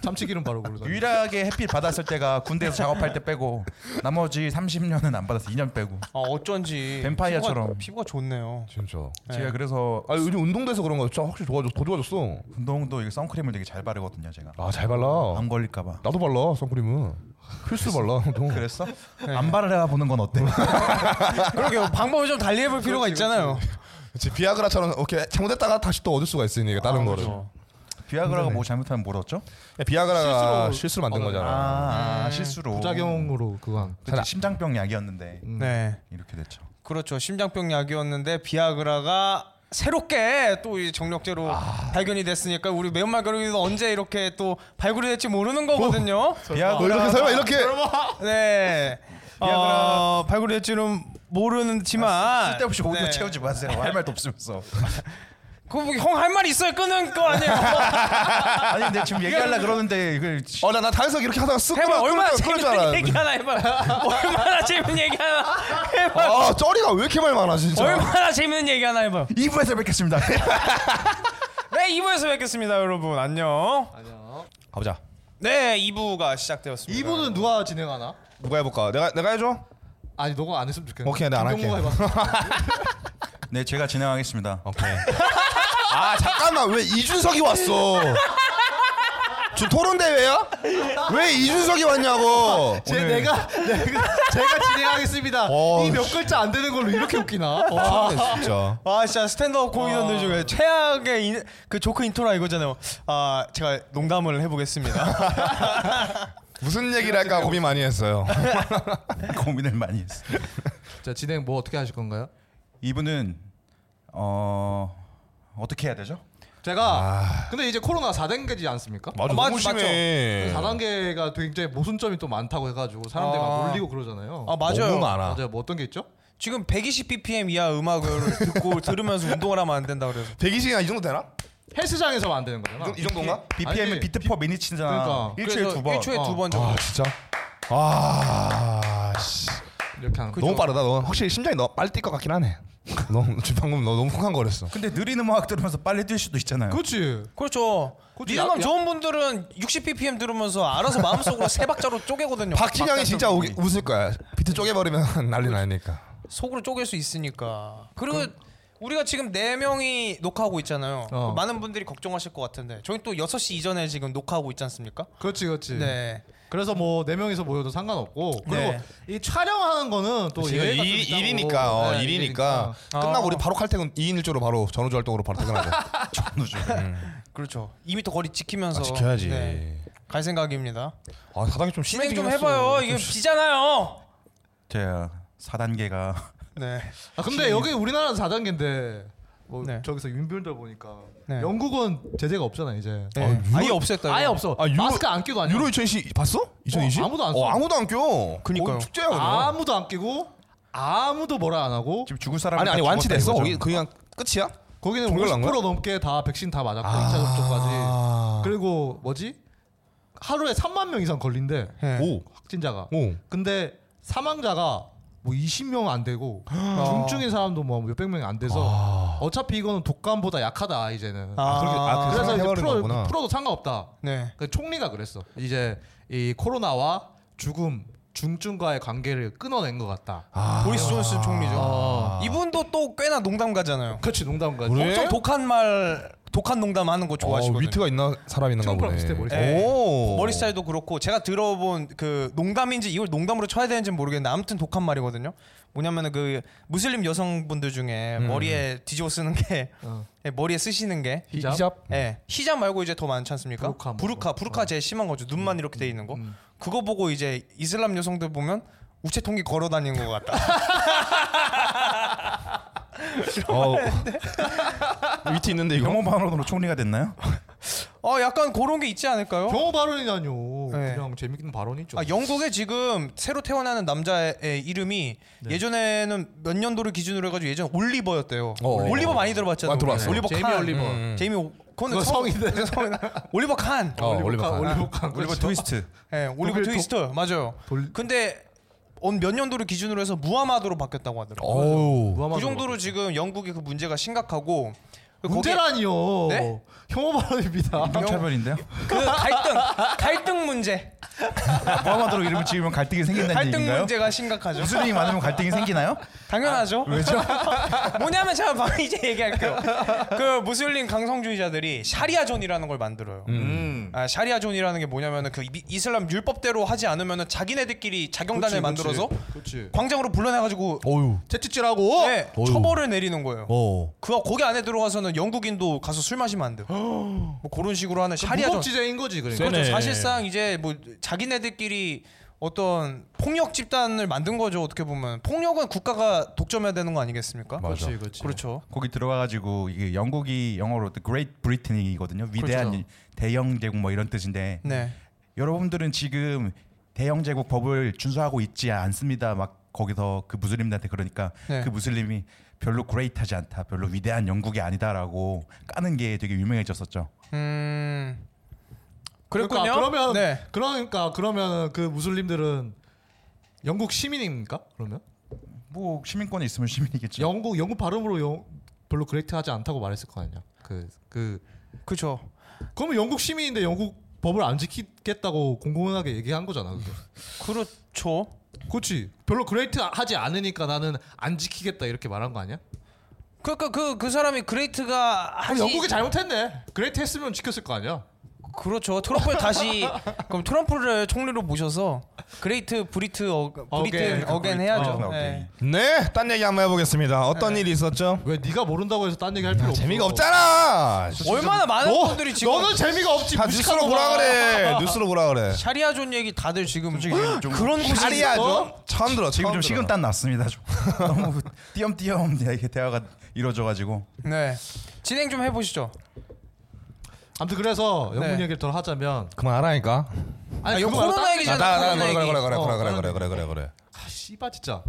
D: 참치 기름 바르고 그러잖아.
C: 유일하게 뭐. 햇빛 받았을 때가 군대에서 작업할 때 빼고 나머지 30년은 안 받았어 2년 빼고
A: 아, 어쩐지.
C: 뱀파이어처럼.
A: 피부가, 피부가 좋네요.
B: 진짜.
C: 제가 그래서
B: 아 요즘 운동돼서 그런 거 진짜 확실히 좋아졌 더 좋아졌어.
C: 운동도 이게 선크림을 되게 잘 바르거든요 제가
B: 아 잘 발라.
C: 안 걸릴까봐
B: 나도 발라 선크림은 필수 발라. 운동.
C: 그랬어? 안 바르다가 보는 건 어때?
A: 그러게요. 방법을 좀 달리해 볼 필요가 있잖아요.
B: 그치, 비아그라처럼 이렇게 잘못했다가 다시 또 얻을 수가 있으니까
A: 아,
B: 다른 거를.
A: 그렇죠.
C: 비아그라가 뭐 잘못하면 뭘 얻죠?
B: 비아그라가
D: 실수로
B: 실수로 만든
D: 얻은
B: 거잖아.
C: 아, 아 실수로
D: 부작용으로 그건.
C: 그치, 심장병 약이었는데
B: 음.
A: 네.
C: 이렇게 됐죠
A: 그렇죠. 심장병 약이었는데 비아그라가 새롭게 또이 정력제로
C: 아.
A: 발견이 됐으니까 우리 매운말 그룹도 언제 이렇게 또 발굴이 될지 모르는
C: 뭐?
A: 거거든요.
B: 너 이렇게 설마
A: 아,
B: 이렇게
A: 네.
C: 어, 비아그라. 아,
A: 어, 발굴이 될지는 모르는지만
C: 쓸데없이 오디오
A: 네.
C: 채우지 마세요 할 말도 없으면서
A: 그거 뭐 형할 말 있어요 끊은 거 아니에요?
C: 아니 근데 지금 얘기하려 그러는데 이걸 지-
B: 어나나 다이서 이렇게 하다가 쓱
A: 해봐
B: 끊어-
A: 얼마나
B: 끊을 줄
A: 재밌는
B: 알았는데.
A: 얘기 하나 해봐 얼마나 재밌는 얘기 하나 해봐
B: 아 쩌리가 왜 이렇게 말 많아 진짜.
A: 얼마나 재밌는 얘기 하나 해봐
C: 2부에서 뵙겠습니다
A: 네 2부에서 뵙겠습니다 여러분 안녕
B: 가보자.
A: 네 2부가 시작되었습니다
D: 이분은 누가 진행하나?
B: 누가 해볼까? 내가 내가 해줘.
D: 아니 너가 안 했으면 좋겠네.
B: 오케이, 내가 안 할게.
D: 김종국아 해봐.
C: 네 제가 진행하겠습니다
B: 오케이. 아 잠깐만 왜 이준석이 왔어? 지금 토론 대회야? 왜 이준석이 왔냐고?
D: 제 내가 내가 제가 진행하겠습니다.
B: 어,
D: 이 몇 글자 안 되는 걸로 이렇게 웃기나? 와.
B: 아, 진짜.
A: 아 진짜 스탠드업 코미디언들 중에 최악의 인, 그 조크 인트라 이거잖아요 아 제가 농담을 해보겠습니다
B: 무슨 얘기를 할까 고민 많이 했어요. 아,
C: 고민을 많이 했어
D: 자 진행 뭐 어떻게 하실 건가요?
C: 이분은 어 어떻게 해야 되죠?
D: 제가 근데 이제 코로나 4단계지 않습니까?
B: 맞아
A: 맞-
B: 너무 심해.
D: 4단계가 그 굉장히 모순점이 또 많다고 해가지고 사람들이 막
A: 아.
D: 놀리고 그러잖아요.
A: 아 맞아요
B: 너무 많아.
D: 맞아요. 뭐 어떤 게 있죠?
A: 지금 120bpm 이하 음악을 듣고 들으면서 운동을 하면 안 된다 그래서
B: 120이나 이 정도 되나?
D: 헬스장에서만 안 되는 거잖아.
B: 이 정도인가?
C: BPM은
D: 아니,
C: 비트 퍼 미니치잖아
D: 그러니까.
C: 일주일에
A: 그래서
C: 두번
A: 일주일에
D: 어.
A: 두 번 정도
B: 아 진짜. 아 씨.
D: 이렇게 하는 거.
B: 너무 빠르다. 너 확실히 심장이 너 빨리 뛸 것 같긴 하네. 너무 지금 방금 너 너무 쿵쾅거렸어.
C: 근데 느린 음악 들으면서 빨리 뛸 수도 있잖아요
D: 그렇지.
A: 그렇죠.
D: 그렇죠.
A: 리듬감
D: 야-
A: 좋은 분들은 60bpm 들으면서 알아서 마음속으로 세 박자로 쪼개거든요.
B: 박진영이 진짜 우, 웃을 거야. 비트 쪼개버리면 난리 나니까.
A: 속으로 쪼갤 수 있으니까. 그리고 우리가 지금 네 명이 녹화하고 있잖아요.
D: 어.
A: 많은 분들이 걱정하실 것 같은데 저희 또 6시 이전에 지금 녹화하고 있지 않습니까?
D: 그렇지 그렇지.
A: 네.
D: 그래서 뭐 네 명이서 모여도 상관없고 그리고
A: 네.
D: 이 촬영하는 거는 또
B: 지금
D: 예외가 좀
B: 일,
D: 있다고.
B: 일이니까 아. 어,
D: 네,
B: 일이니까 끝나고 우리 바로 칼퇴근 2인 1조로 바로 전우주 활동으로 바로 퇴근하고
C: 전우주.
A: 그렇죠. 2m 거리 지키면서
B: 아, 지켜야지
A: 네. 갈 생각입니다.
B: 아 사당이 좀 심해
A: 진행 좀 해봐요. 이게 비잖아요.
C: 제가 4단계가
A: 네.
D: 아, 근데 여기 우리나라 4단계인데 뭐
A: 네.
D: 저기서 윤비들 보니까
A: 네.
D: 영국은 제재가 없잖아 이제.
A: 네.
B: 유로-
A: 아예 없앴다.
D: 아예
A: 이거.
D: 없어.
B: 아, 유로-
D: 마스크 안 끼고 아니야.
B: 유로 2020 봤어? 2020?
D: 아무도 안
B: 어,
D: 써.
B: 아무도 안 껴.
A: 그니까요.
B: 어, 축제야 그냥.
D: 아무도 안 끼고 아무도 뭐라 안 하고
C: 지금 죽을 사람
B: 아니 아니 완치됐어. 거기 그냥 끝이야?
D: 거기는
B: 종결 난 거야?
D: 50% 넘게 다 백신 다 맞았고
B: 아.
D: 2차 접종까지. 그리고 뭐지? 하루에 3만 명 이상 걸린대.
A: 네.
B: 예. 오.
D: 확진자가.
B: 오.
D: 근데 사망자가 뭐 20명 안 되고
B: 아.
D: 중증인 사람도 뭐 몇백 명이 안 돼서 어차피 이거는 독감보다 약하다 이제는.
A: 아,
B: 그렇게- 아, 그-
D: 그래서 이제
B: 해버린
D: 풀어,
B: 거구나.
D: 풀어도 상관없다.
A: 네.
D: 그 총리가 그랬어. 이제 이 코로나와 죽음, 중증과의 관계를 끊어낸 것 같다.
B: 아.
A: 보리스 존슨 총리죠.
D: 어.
A: 이분도 또 꽤나 농담가잖아요.
D: 그렇지 농담까지.
B: 그래?
A: 엄청 독한 말, 독한 농담 하는 거
B: 네? 어,
A: 좋아하시거든요. 어,
B: 위트가 있나 사람 있는가
D: 트럼프랑
B: 보네.
D: 비슷해, 머리
A: 스타일.
B: 오.
A: 머리 스타일도 그렇고 제가 들어본 그 농담인지 이걸 농담으로 쳐야 되는지 는 모르겠는데 아무튼 독한 말이거든요. 뭐냐면은 그 무슬림 여성분들 중에
B: 음.
A: 머리에 뒤집어 쓰는 게 예,
D: 어.
A: 머리에 쓰시는 게
D: 히잡?
A: 예. 히잡 말고 이제 더 많지 않습니까?
D: 부르카 뭐.
A: 부르카, 부르카
B: 어.
A: 제일 심한 거죠.
B: 음.
A: 눈만 이렇게 돼 있는 거. 그거 보고 이제 이슬람 여성들 보면 우체통기 걸어 다니는 것 같다.
B: 어. 위트 있는데 이거.
C: 영어 발언으로 총리가 됐나요?
A: 어, 약간 그런 게 있지
B: 어?
A: 않을까요?
D: 경호 발언이라뇨.
A: 네.
B: 예.
D: 그냥 재밌는 발언이죠.
A: 아, 영국에 지금 새로 태어나는 남자의 이름이 예전에는 몇 년도를 기준으로 해가지고 예전 올리버였대요.
B: 어, 어.
A: 올리버 많이 들어봤잖아요.
B: 많이 들어봤어.
A: 올리버
D: 제이미
A: 칸.
D: 올리버.
A: 음. 제이미 오- 그건
D: 그거 성인데.
A: 올리버 칸.
B: 어, 올리버 칸.
D: 올리브카
C: 올리버 뭐 트위스트.
A: 예, 올리버
D: 독일
A: 트위스터 맞아요.
D: 돌-
A: 근데 어, 몇 년도를 기준으로 해서 무하마드로 바뀌었다고 하더라고요.
B: 어우.
A: 그 정도로 지금 영국의 그 문제가 심각하고 그 거기에
D: 문제라니요.
A: 네?
D: 혐오 발언입니다.
C: 차별인데요.
A: 그 갈등 갈등 문제
C: 무함마드로 이름을 지으면 갈등이 생긴다는
A: 갈등
C: 얘기인가요?
A: 문제가 심각하죠.
C: 무슬림이 많으면 갈등이 생기나요?
A: 당연하죠.
C: 아,
A: 왜죠? 뭐냐면 제가 방 이제 얘기할게요. 그 무슬림 강성주의자들이 샤리아존이라는 걸 만들어요.
D: 음.
A: 아, 샤리아존이라는 게 뭐냐면은 그 이- 이슬람 율법대로 하지 않으면은 자기네들끼리 자경단을 만들어서
D: 그렇지.
A: 광장으로 불러내가지고
B: 어유.
D: 채찍질하고
A: 네,
B: 어휴.
A: 처벌을 내리는 거예요.
B: 어.
A: 그거 거기 안에 들어가서는 영국인도 가서 술 마시면 안 돼요. 뭐 그런 식으로 하는 샤리아존.
D: 무법지대인 거지 그러니까.
A: 그렇죠.
B: 세네.
A: 사실상 이제 뭐 자기네들끼리 어떤 폭력 집단을 만든 거죠. 어떻게 보면 폭력은 국가가 독점해야 되는 거 아니겠습니까?
B: 맞아.
D: 그렇지, 그렇지.
A: 그렇죠.
C: 거기 들어가가지고 이게 영국이 영어로 The Great Britain이거든요. 위대한
D: 그렇죠.
C: 대영 제국 뭐 이런 뜻인데
A: 네.
C: 여러분들은 지금 대영 제국 법을 준수하고 있지 않습니다. 막 거기서 그 무슬림들한테 그러니까
A: 네.
C: 그 무슬림이 별로 그레이트하지 않다, 별로 위대한 영국이 아니다라고 까는 게 되게 유명해졌었죠.
A: 음. 그랬군요.
D: 그러니까 그러면
A: 네.
D: 그러니까 그러면 그 무슬림들은 영국 시민입니까? 그러면
C: 뭐 시민권이 있으면 시민이겠죠.
D: 영국 영국 발음으로 영, 별로 그레이트하지 않다고 말했을 거 아니야. 그그
A: 그렇죠.
D: 그러면 영국 시민인데 영국 법을 안 지키겠다고 공공연하게 얘기한 거잖아. 그게.
A: 그렇죠.
D: 그렇지. 별로 그레이트하지 않으니까 나는 안 지키겠다 이렇게 말한 거 아니야?
A: 그러니까 그 그 사람이 그레이트가
D: 그럼
A: 하지
D: 어, 아, 영국이 잘못했네. 그레이트 했으면 지켰을 거 아니야.
A: 그렇죠. 트럼프를 다시 그럼 트럼프를 총리로 모셔서 그레이트 브리트 어,
D: 어게인, 그
A: 브리튼 어겐
D: 브리튼.
A: 해야죠.
C: 어,
A: 네.
D: 그렇죠.
B: 네, 딴 얘기 한번 해보겠습니다. 어떤 일이 있었죠?
D: 왜 네가 모른다고 해서 딴 얘기 할 필요 없어.
B: 재미가 없잖아.
A: 얼마나 많은
D: 너,
A: 분들이 지금
D: 너는 재미가 없지.
B: 다
D: 무식한
B: 뉴스로 보라
D: 놈아.
B: 그래. 뉴스로 보라 그래.
A: 샤리아존 얘기 다들 지금
C: 솔직히 좀
A: 그런 곳이 있어?
B: 샤리아죠? 처음 들어.
C: 지금
B: 처음 들어.
C: 좀 식은땀 났습니다. 좀 너무 띄엄띄엄 이렇게 대화가 이루어져가지고
A: 네. 진행 좀 해보시죠.
D: 아무튼 그래서 영국
A: 네.
D: 얘기를 더 하자면
B: 그만하라니까.
A: 아,
D: 아니
A: 이거
D: 그거
A: 코로나
D: 따-
A: 얘기잖아.
B: 나, 나, 나, 그래,
A: 얘기.
B: 그래, 그래, 그래,
D: 어,
B: 그래, 그래,
D: 그런
B: 그래, 그래, 그래.
D: 아 씨발 진짜.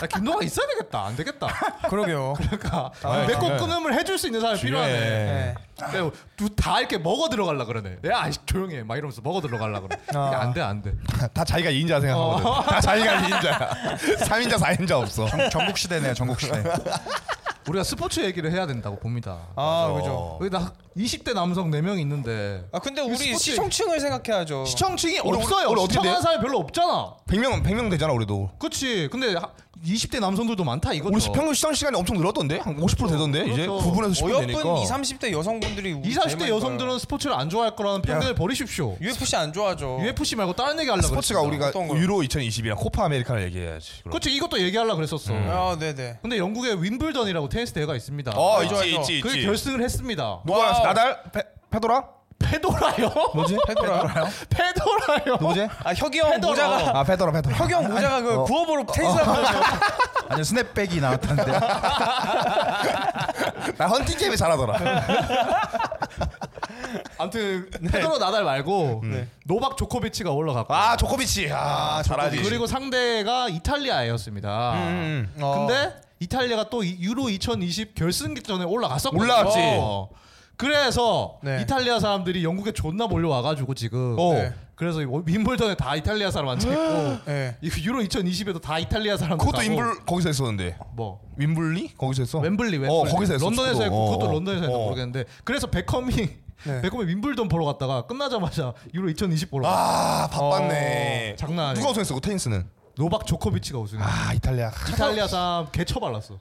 D: 나 김동아 있어야 되겠다. 안 되겠다.
A: 그러게요.
D: 그러니까
B: 아,
D: 내거
B: 그래.
D: 끊음을 해줄 수 있는 사람이 필요하네.
A: 네.
D: 근데 두- 다 이렇게 먹어 들어갈라 그러네. 야 아이, 조용히 해. 막 이러면서 먹어 들어갈라 그래.
A: 아. 네.
D: 안 돼 안 돼.
B: 다 자기가 2인자 생각하거든.
D: 어.
B: 다 자기가 2인자야. 3인자, 4인자 없어.
C: 전국 시대네요. 전국 시대.
D: 우리가 스포츠 얘기를 해야 된다고 봅니다.
A: 아 그죠.
D: 여기 나 20대 남성 4명 있는데
A: 아 근데
D: 이거
A: 우리
D: 스포츠
A: 시청층을 생각해야죠.
D: 시청층이
B: 우리-
D: 없어요.
B: 우리 어떻게
D: 시청하는
B: 돼요?
D: 사람이 별로 없잖아.
B: 100명, 100명 되잖아, 우리도.
D: 그렇지. 근데 하- 20대 남성들도 많다 이거죠.
B: 우리 평균 시청 시간이 엄청 늘었던데 한 50% 되던데 이제
D: 그렇죠.
B: 9분에서 10분
A: 어여쁜
B: 되니까
A: 20, 30대 여성분들이
D: 20, 30대 여성들은 스포츠를 안 좋아할 거라는 편견을 버리십시오.
A: UFC 안 좋아하죠.
D: UFC 말고 다른 얘기 하려고
B: 스포츠가
D: 그랬습니다.
B: 우리가
A: 어떤 거?
B: 유로 2020이랑 코파 아메리카를 얘기해야지 그럼.
D: 그렇죠. 이것도 얘기하려고 그랬었어.
A: 아, 네네.
D: 근데 영국에 윈블던이라고 테니스 대회가 있습니다.
A: 맞아,
B: 어 있지
A: 맞아.
B: 있지
D: 그게
B: 있지
D: 결승을 했습니다.
B: 누가
A: 와우.
B: 나왔어? 나달 페, 페도라
D: 페도라요?
G: 뭐지?
A: 페도라.
D: 페도라요?
G: 누구지?
A: 아, 혁이 형
D: 페더러.
A: 모자가
G: 아 페도라 페도라.
A: 혁이 형 모자가 그
C: 어.
A: 구호보로 테니스 하는
C: 아니 스냅백이 나왔다는데
G: 나 헌팅 게임이 잘하더라.
D: 아무튼 페도로 나달 말고 노박 조코비치가 올라갔고
B: 아 조코비치 아 잘하지
D: 그리고 상대가 이탈리아였습니다.
A: 어.
B: 어.
D: 근데 이탈리아가 또 이- 유로 2020 결승전에 올라갔었거든요.
B: 올라갔지.
D: 어. 그래서
A: 네.
D: 이탈리아 사람들이 영국에 존나 몰려와가지고 지금
A: 어. 네.
D: 그래서 이 윈블던에 다 이탈리아 사람 앉아있고
A: 네.
D: 이 유로 2020에도 다 이탈리아 사람
B: 그것도 인블 거기서 했었는데
D: 뭐
B: 윈블리 거기서 했어
D: 웸블리 웸블리
B: 어 거기서 했어
D: 런던에서
B: 축구도.
D: 했고 그것도
B: 어, 어.
D: 런던에서 했나
B: 어.
D: 모르겠는데 그래서 베컴이
A: 네.
D: 베컴이 윈블던 보러 갔다가 끝나자마자 유로 2020 보러 갔다
B: 아 바빴네
D: 어, 장난 아니야.
B: 누가 우승했어 그 테니스는
D: 노박 조코비치가 우승했어
B: 아 이탈리아
D: 이탈리아 사람 개처발랐어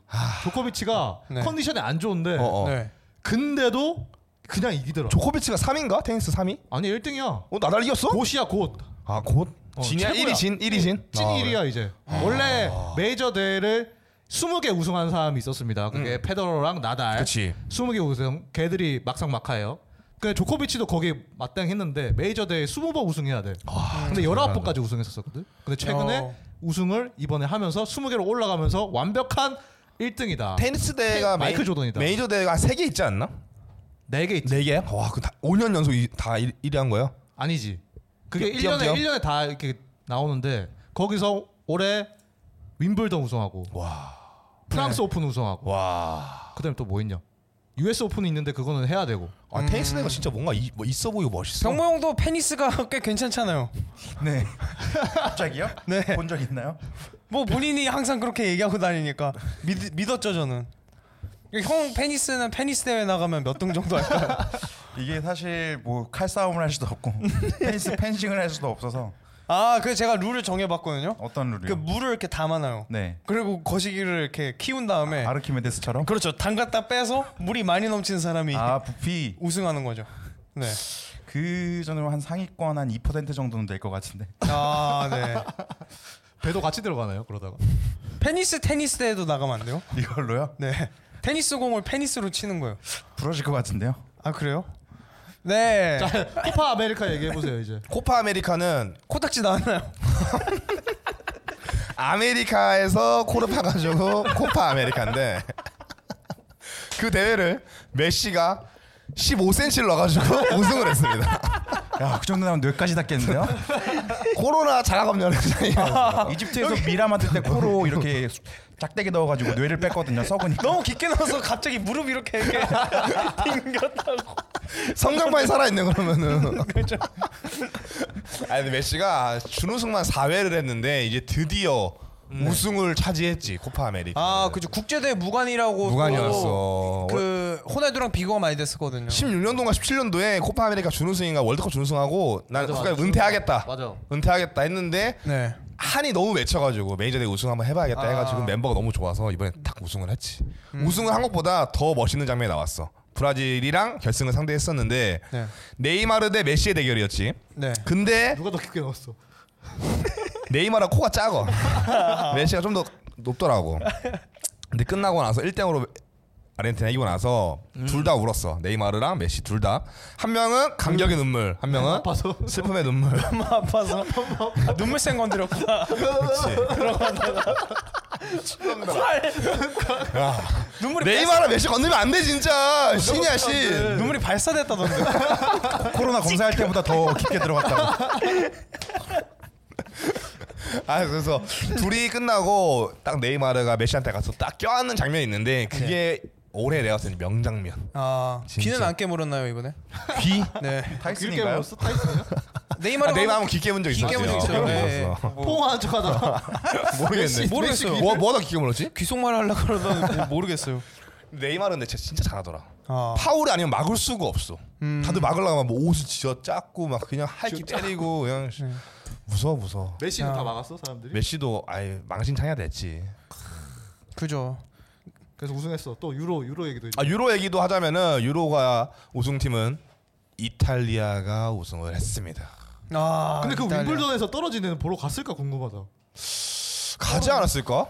D: 조코비치가 컨디션이 안 좋은데
B: 어, 어.
A: 네.
D: 근데도 그냥 이기더라
B: 조코비치가 3인가 테니스 3위
D: 아니 1등이야
B: 어 나달 이겼어
D: 곧이야 곧
B: 아곧
D: 어,
B: 진이야
D: 최고야.
B: 1위 진 1위 진
D: 찐
B: 아,
D: 1위야 이제 원래 메이저 대회를 20개 우승한 사람이 있었습니다 그게 페더러랑 나달
B: 음. 그치.
D: 20개 우승 걔들이 막상 막하예요 그 조코비치도 거기 마땅했는데 메이저 대회 20번 우승해야 돼
B: 아,
D: 근데 19번까지 우승했었거든 근데 최근에
A: 어.
D: 우승을 이번에 하면서 20개로 올라가면서 완벽한 1등이다
B: 테니스 대회가
D: 아. 마이클
B: 메이-
D: 조던이다.
B: 메이저 대회가 3개 있지 않나?
D: 4개 있지
B: 4개? 와, 그 다, 5년 연속 이, 다 1, 위한 거예요?
D: 아니지. 그게
B: 띄엄,
D: 1년에
B: 띄엄?
D: 1년에 다 이렇게 나오는데 거기서 올해 윈블던 우승하고 프랑스 오픈 우승하고
B: 와.
D: 그다음에 또 뭐 있냐? US 오픈이 있는데 그거는 해야 되고.
B: 아, 테니스 대회가 진짜 뭔가 이, 뭐 있어 보이고 멋있어.
A: 병모 형도 페니스가 꽤 괜찮잖아요.
C: 네 갑자기요?
A: 네.
C: 본 적 있나요?
A: 뭐 본인이 항상 그렇게 얘기하고 다니니까 믿, 믿었죠 저는. 형 페니스는 페니스 대회 나가면 몇 등 정도 할까요?
C: 이게 사실 뭐 칼싸움을 할 수도 없고 펜스 펜싱을 할 수도 없어서
A: 아, 그 제가 룰을 정해봤거든요.
C: 어떤
A: 그
C: 룰이요?
A: 물을 이렇게 담아놔요.
C: 네
A: 그리고 거시기를 이렇게 키운 다음에
C: 아르키메데스처럼
A: 네. 그렇죠. 담갔다 빼서 물이 많이 넘치는 사람이
C: 아 부피
A: 우승하는 거죠. 네.
C: 그 전으로 한 상위권 한 2% 정도는 될 것 같은데
A: 아, 네.
D: 배도 같이 들어가나요? 그러다가.
A: 페니스 테니스 대회도 나가면 안 돼요?
C: 이걸로요?
A: 네. 테니스 공을 페니스로 치는 거예요.
C: 부러질 것 같은데요?
A: 아, 그래요? 네.
D: 자, 코파 아메리카 얘기해 보세요, 이제.
B: 코파 아메리카는
A: 코딱지 나왔나요?
B: 아메리카에서 코르파 가지고 코파 아메리카인데 그 대회를 메시가 15cm를 넣어가지고 우승을 했습니다.
C: 야 그 정도 나면 뇌까지 닿겠는데요?
B: 코로나 자가검열
D: 아.
B: 현장이야.
C: 이집트에서 미라 만들 때 코로 이렇게 수- 짝대기 넣어가지고 뇌를 뺐거든요 썩으니까
A: 너무 깊게 넣어서 갑자기 무릎 이렇게 이렇게 튕겼다고.
B: 성장판이 살아있네 그러면은. 그렇죠. 아니 근데 메시가 준우승만 4회를 했는데 이제 드디어 우승을 차지했지 코파 아메리카.
A: 아, 그죠. 국제대회 무관이라고.
B: 무관이었어.
A: 또 그 호날두랑 비교가 많이 됐었거든요.
B: 16년도인가 17년도에 코파 아메리카 준우승인가 월드컵 준우승하고 난
D: 맞아,
B: 국가
D: 맞아.
B: 은퇴하겠다.
D: 맞아.
B: 은퇴하겠다 했는데
A: 네.
B: 한이 너무 외쳐가지고 메이저 대회 우승 한번 해봐야겠다
A: 아.
B: 해가지고 멤버가 너무 좋아서 이번에 딱 우승을 했지.
D: 음.
B: 우승을 한 것보다 더 멋있는 장면이 나왔어. 브라질이랑 결승을 상대했었는데
A: 네.
B: 네이마르 대 메시의 대결이었지.
A: 네.
B: 근데
D: 누가 더 깊게 넣었어?
B: 네이마르가 코가 작아. 메시가 좀 더 높더라고. 근데 끝나고 나서 1등으로 아르헨티나 이기고 나서
A: 음.
B: 둘 다 울었어. 네이마르랑 메시 둘 다. 한 명은 감격의 눈물, 한 명은
D: 아파서.
B: 슬픔의 눈물.
A: 엄마 아파서 아, 눈물샘 건드렸구나. 눈물이
B: 아, 네이마르 메시 건드리면 안 돼 진짜. 신이야 신.
A: 눈물이 발사됐다던데.
C: 코로나 검사할 때보다 더 깊게 들어갔다고
B: 아 그래서 둘이 끝나고 딱 네이마르가 메시한테 가서 딱 껴안는 장면이 있는데 그게
A: 네.
B: 올해 내가 봤을 때 명장면.
A: 아,
B: 진짜.
A: 귀는 안 깨물었나요 이번에?
B: 비?
A: 네.
D: 깊게
C: 타이슨인가요?
D: 넣었어? 타이슨이야?
A: 네이마르
B: 아, 네이마르 한번 깊게 문적 있어.
A: 깊게 문적 있어요. 네.
D: 포옹하는 척하다가
B: 모르겠네.
A: 모르겠어요.
B: 뭐 뭐다 깊게 물었지?
A: 귀속말 하려고 그러던 뭐 모르겠어요.
B: 네이마르는 근데 진짜 잘하더라.
A: 아,
B: 파울이 아니면 막을 수가 없어. 다들 막으려고 하면 뭐 옷을 쥐어 짰고 막 그냥 할기 때리고 네. 그냥 무서워 무서워.
D: 아. 메시는 다 막았어, 사람들이.
B: 메시도 아예 망신창이야 됐지.
A: 그죠.
D: 그래서 우승했어. 또 유로 유로 얘기도
B: 아 유로 얘기도 하자면은 유로가 우승팀은 이탈리아가 우승을 했습니다.
A: 아
D: 근데 그
A: 이탈리아.
D: 윈블던에서 떨어진 애는 보러 갔을까 궁금하다.
B: 가지 않았을까?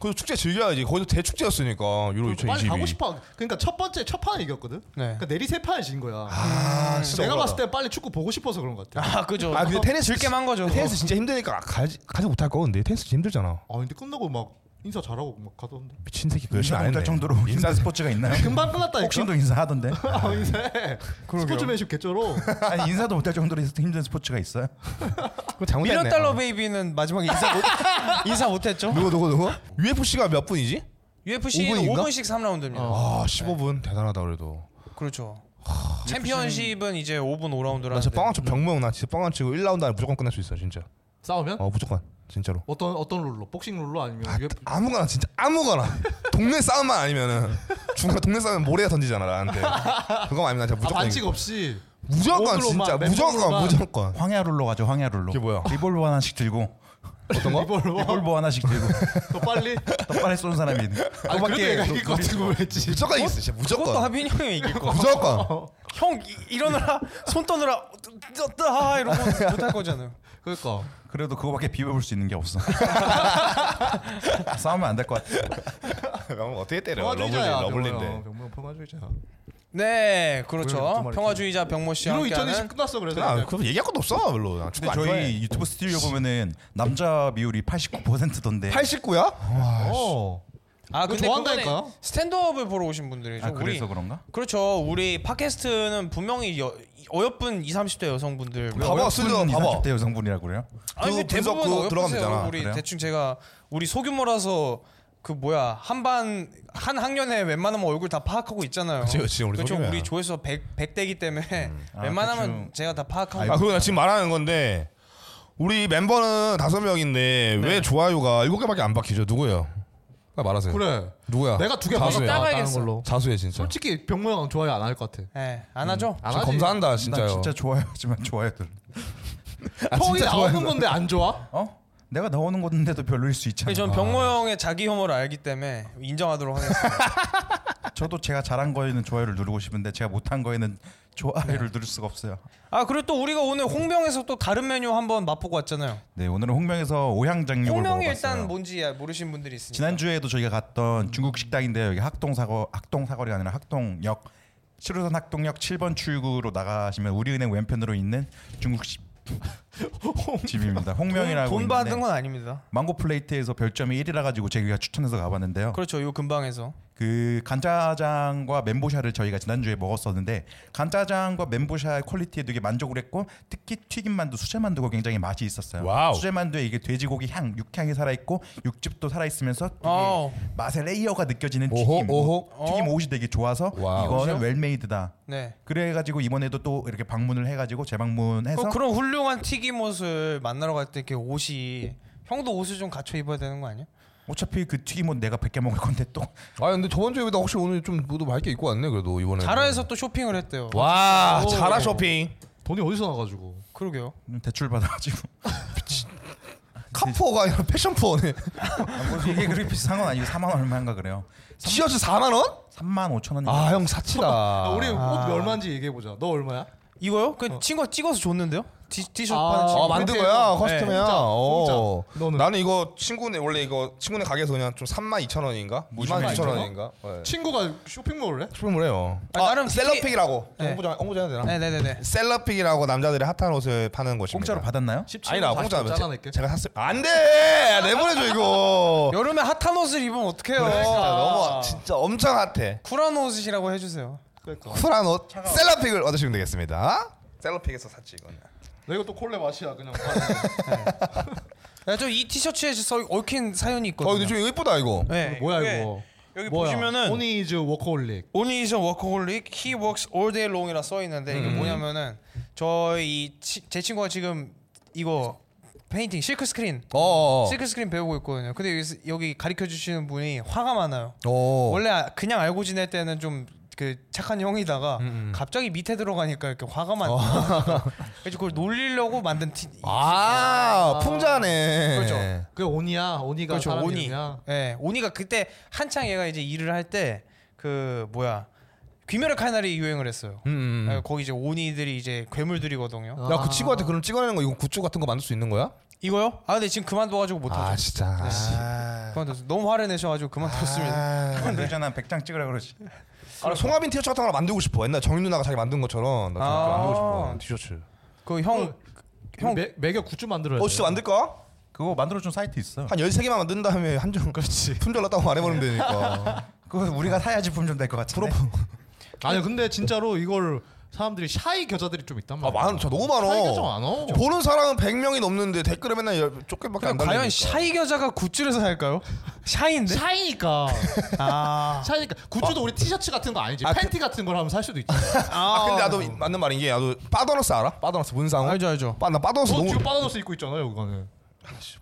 B: 그 축제 즐겨야지. 거기도 대축제였으니까 유로
D: 빨리
B: 2022.
D: 가고 싶어. 그러니까 첫 번째 첫 판을 이겼거든.
A: 네.
D: 그러니까 내리 세 판을 진 거야. 음.
B: 아, 진짜
D: 내가
B: 억울하다.
D: 봤을 때 빨리 축구 보고 싶어서 그런 것 같아.
A: 아 그죠.
B: 아 근데 테니스
A: 즐겜한 거죠.
B: 테니스 진짜 힘드니까 가지 가지 못할 거 근데 테니스 진짜 힘들잖아.
D: 아 근데 끝나고 막 인사 잘하고 막 가던데.
B: 미친 새끼 그 열심히
C: 뭐 인사
B: 안
C: 못할
B: 했네.
C: 정도로 인사 스포츠가 있나요?
D: 금방 끝났다니까.
C: 복싱도 인사하던데.
D: 아, 인사해. 스포츠맨십 개쩔어.
C: 아니 인사도 못할 정도로 힘든 스포츠가 있어요?
B: 그거 잘못했네.
A: 밀리언 달러
B: 어.
A: 베이비는 마지막에 인사 못 인사 못했죠.
B: 누구 누구 누구? UFC가 몇 분이지?
A: UFC 는
B: 5분인가?
A: 5분씩 3라운드입니다.
B: 아 15분
D: 네.
B: 대단하다 그래도.
A: 그렇죠. 챔피언십은 이제 5분 5라운드라는데.
B: 나 진짜 빵안 쳐 병모형 나 진짜 빵안 치고 1라운드 안에 무조건 끝낼 수 있어 진짜.
D: 싸우면
B: 어 무조건 진짜로.
D: 어떤 어떤 룰로? 복싱 룰로 아니면 UFC?
B: 아무거나 진짜 아무거나 동네 싸움만 아니면은 중간 동네 싸움 모래가 던지잖아 나한테 그거 아니면 나 진짜
D: 아
B: 무조건
D: 반칙
B: 이겨.
D: 없이
B: 무조건
D: 몸으로만,
B: 진짜 무조건
D: 맨몸으로만.
B: 무조건
C: 황야룰로 가죠. 황야룰로.
B: 그게 뭐야?
C: 리볼버 하나씩 들고
B: 어떤 거?
D: 리볼버
C: 리볼버 하나씩 들고
D: 더 빨리.
C: 떡발에 쏜 사람이 있는.
D: 아 그래도
B: 밖에
D: 내가 이길 것 같은 거 했지.
B: 무조건 이겼어 진짜
A: 그것도
B: 무조건
A: 하빈이 형이 이길 거.
B: 무조건
D: 어.
A: 형 이- 이러느라 손 떠느라 뜨다 이러고 못할 거잖아요.
D: 그러니까
C: 그래도 그거밖에 비벼볼 수 있는 게 없어. 싸우면 안 될 것 같아.
B: 그럼 어떻게 때려 러블리
D: 평화주의자야.
B: 러블리인데
D: 병모 평화주의자.
A: 네,
D: 왜 이렇게 두
A: 그렇죠.
D: 마리
A: 평화주의자 병모 씨와
D: 유로 2020
A: 함께하는
D: 끝났어 그래서.
B: 아 그럼 얘기할 것도 없어 별로 나 축구
C: 근데
B: 안
C: 저희
B: 좋아해
C: 유튜브 스튜디오 보면은 남자 비율이 89%던데.
B: 89야?
D: 어.
A: 아
D: 그거
A: 근데
D: 좋아한다니까요?
A: 그거는 스탠드업을 보러 오신 분들이죠.
C: 아 그래서
A: 우리
C: 그런가?
A: 그렇죠. 우리 팟캐스트는 분명히 여, 어여쁜 20, 30대 여성분들
B: 봐봐, 수저, 봐봐.
C: 20대 여성분이라고 그래요?
A: 아니
B: 그
A: 근데
B: 분석
A: 대부분
B: 그거
A: 어여쁘세요.
B: 들어가면 되잖아.
A: 우리
C: 그래요?
A: 대충 제가 우리 소규모라서 그 뭐야 한반 한 학년에 웬만하면 얼굴 다 파악하고 있잖아요.
B: 그치, 그치, 우리
A: 그렇죠.
B: 소규모야.
A: 우리 조회수 100 100대기 때문에
C: 아,
A: 웬만하면
C: 대충.
A: 제가 다 파악하고
B: 아 그리고 나 지금 말하는 건데 우리 멤버는 다섯 명인데 왜 좋아요가 일곱 개밖에 안 박히죠 누구예요? 빨리 말하세요
D: 네. 그래.
B: 누구야?
D: 내가 두개
B: 네. 다수야.
D: 받았다 다른
A: 따가야겠어.
D: 걸로.
B: 자수해 진짜
D: 솔직히 병모 형 좋아요 안 할 것 같아.
A: 예, 안 하죠?
D: 안
B: 지금
D: 하지.
B: 검사한다
C: 난
B: 진짜요
C: 진짜 좋아요지만 좋아요들.
B: 아,
D: 펑이
B: 진짜
D: 나오는
B: 좋아요.
D: 건데 안 좋아?
C: 어? 내가 나오는 건데도 별로일 수 있잖아.
A: 근데 전 병모 형의 자기 혐오를 알기 때문에 인정하도록 하겠습니다.
C: 저도 제가 잘한 거에는 좋아요를 누르고 싶은데 제가 못한 거에는
A: 네.
C: 좋아요를 누를 수가 없어요.
A: 아 그리고 또 우리가 오늘 홍병에서 또 다른 메뉴 한번 맛보고 왔잖아요.
C: 네 오늘은 홍명에서 오향장육을 먹어봤어요.
A: 홍명이 일단 뭐 뭔지 모르시는 분들이 있으니까.
C: 지난주에도 저희가 갔던 중국 식당인데요. 여기 학동 사거 학동 사거리가 아니라 학동역 7호선 학동역 7번 출구로 나가시면 우리은행 왼편으로 있는 중국 식 집입니다. 홍명이라고
A: 돈
C: 있는데
A: 받은 건 아닙니다.
C: 망고 플레이트에서 별점이 1이라 가지고 제가 추천해서 가봤는데요.
A: 그렇죠. 요 근방에서.
C: 그 간짜장과 멘보샤를 저희가 지난주에 먹었었는데 간짜장과 멘보샤의 퀄리티에 되게 만족을 했고 특히 튀김만두 수제만두가 굉장히 맛이 있었어요.
B: 와우.
C: 수제만두에 이게 돼지고기 향, 육향이 살아 있고 육즙도 살아 있으면서 되게
A: 아우.
C: 맛의 레이어가 느껴지는
B: 어. 오호,
C: 튀김.
B: 오호. 어?
C: 튀김 옷이 되게 좋아서
B: 와우.
C: 이거는 웰메이드다.
A: 네.
C: 그래 가지고 이번에도 또 이렇게 방문을 해 가지고 재방문해서
A: 어, 그런 훌륭한 튀김옷을 만나러 갈 때 이렇게 옷이 형도 옷을 좀 갖춰 입어야 되는 거 아니야?
C: 어차피 그 튀김옷 내가 100개 먹을 건데 또
B: 아 근데 저번 주에 보다 혹시 오늘 좀 모두 맑게 입고 왔네 그래도 이번에.
A: 자라에서 또 쇼핑을 했대요.
B: 와
D: 오.
B: 자라 쇼핑.
D: 돈이 어디서 나가지고?
A: 그러게요.
C: 대출 받아 가지고
B: 카푸어가 아니라 패션푸어네. 아,
C: 이게 그렇게 비싼 건 아니고 4만 얼마인가 그래요.
B: 티셔츠 4만 원?
C: 3만 5천 원.
B: 아 형
D: 아,
B: 사치다.
D: 우리 옷 얼마인지 얘기해 보자. 너 얼마야?
A: 이거요? 그 친구가 찍어서 줬는데요? 티, 티셔츠
D: 아,
A: 파는 친구.
B: 어 만든 거야 커스텀이야.
D: 공짜,
B: 어.
D: 공짜. 너는?
B: 나는 이거 친구네 원래 이거 친구네 가게에서 그냥 좀 3만 2천 원인가? 2만 2천 원인가? 예.
D: 친구가 쇼핑몰을 해?
B: 쇼핑을 해요.
A: 아, 나름
B: 셀러픽이라고.
A: 네.
B: 홍보장 홍보장 해야 되나?
A: 네네네네.
B: 셀러픽이라고 남자들의 핫한 옷을 파는 곳입니다.
C: 공짜로 받았나요?
D: 17만
B: 아니 나 공짜
D: 잘라낼게.
B: 제가 샀어요. 안돼 내보내줘 이거.
A: 여름에 핫한 옷을 입으면 어떡해요?
B: 진짜 그러니까 너무 아. 진짜 엄청 핫해.
A: 쿨한 옷이라고 해주세요.
D: 그러니까.
B: 쿨한 옷 셀러픽을 얻으시면 되겠습니다. 어, 셀러픽에서 샀지 이건.
D: 나 이거 또 콜레 맛이야 그냥.
A: 네, 저 이 티셔츠에 써 얽힌 사연이
B: 어 근데
A: 있거든요.
B: 좀 예쁘다 이거.
A: 네.
D: 뭐야
A: 이게
D: 이거?
A: 여기
D: 뭐야?
A: 보시면은
D: 오니 이즈 워커홀릭.
A: Only is a workaholic. He works all day long이라 써 있는데
B: 음.
A: 이게 뭐냐면은 저희 치- 제 친구가 지금 이거 페인팅 실크 스크린
B: 어.
A: 실크 스크린 배우고 있거든요. 근데 여기, 여기 가르쳐 주시는 분이 화가 많아요.
B: 어.
A: 원래 아- 그냥 알고 지낼 때는 좀 그 착한
B: 음,
A: 형이다가 갑자기 밑에 들어가니까 이렇게 화가 많다. 그래서 그걸 놀리려고 만든 티.
B: 아, 풍자네.
A: 그렇죠.
D: 그 온이야 온이가
A: 그렇죠
D: 사람
A: 오니.
D: 이름이야.
A: 예, 오니가 그때 한창 얘가 이제 일을 할 때 그 뭐야 귀멸의 칼날이 유행을 했어요.
B: 음,
A: 예, 거기 이제 오니들이 이제 괴물들이거든요.
B: 음. 야그 친구한테 그럼 찍어내는 거 이거 굿즈 같은 거 만들 수 있는 거야?
A: 이거요? 아 근데 지금 그만둬가지고 못하죠.
B: 아 진짜. 아,
A: 그만뒀어. 너무 화를 내셔가지고 그만뒀습니다.
B: 아,
C: 그러잖아 백장 찍으라 그러지.
B: 나 아, 송하빈 티셔츠 같은 거 하나 만들고 싶어. 옛날 정윤 누나가 자기 만든 것처럼 나
A: 아.
B: 아~ 만들고 싶어. 어, 티셔츠.
A: 그형
D: 형 매, 매겨 굿즈 만들어야 돼.
B: 어 진짜 만들까?
C: 그거 만들어준 사이트 있어.
B: 한 13개만 만든 다음에 한정 그렇지. 품절났다고 말해버리면 되니까.
C: 그거 우리가 사야지 품좀 될 것 같은데.
D: 아니 근데 진짜로 이걸 사람들이 샤이 겨자들이 좀 있단
B: 아
D: 말이야.
B: 많아 진짜 너무 많아.
D: 샤이 겨자 많어.
B: 보는 사람은 100명이 넘는데 댓글에 맨날 열- 조금밖에 안 달리니까.
A: 그러니까 과연 샤이 겨자가 굿즈를 살까요? 샤인데?
D: 샤이니까
A: 아,
D: 샤이니까 굿즈도 우리 티셔츠 같은 거 아니지
B: 아, 그-
D: 팬티 같은 걸 하면 살 수도 있지.
B: 아 근데 나도 이- 맞는 말인 게 나도 빠더너스 알아? 빠더너스 문상호.
A: 알죠 어, 알죠.
B: 빠나 빠더너스
D: 너
B: 너무
D: 지금 어, 빠져서 입고 있잖아요 그거는.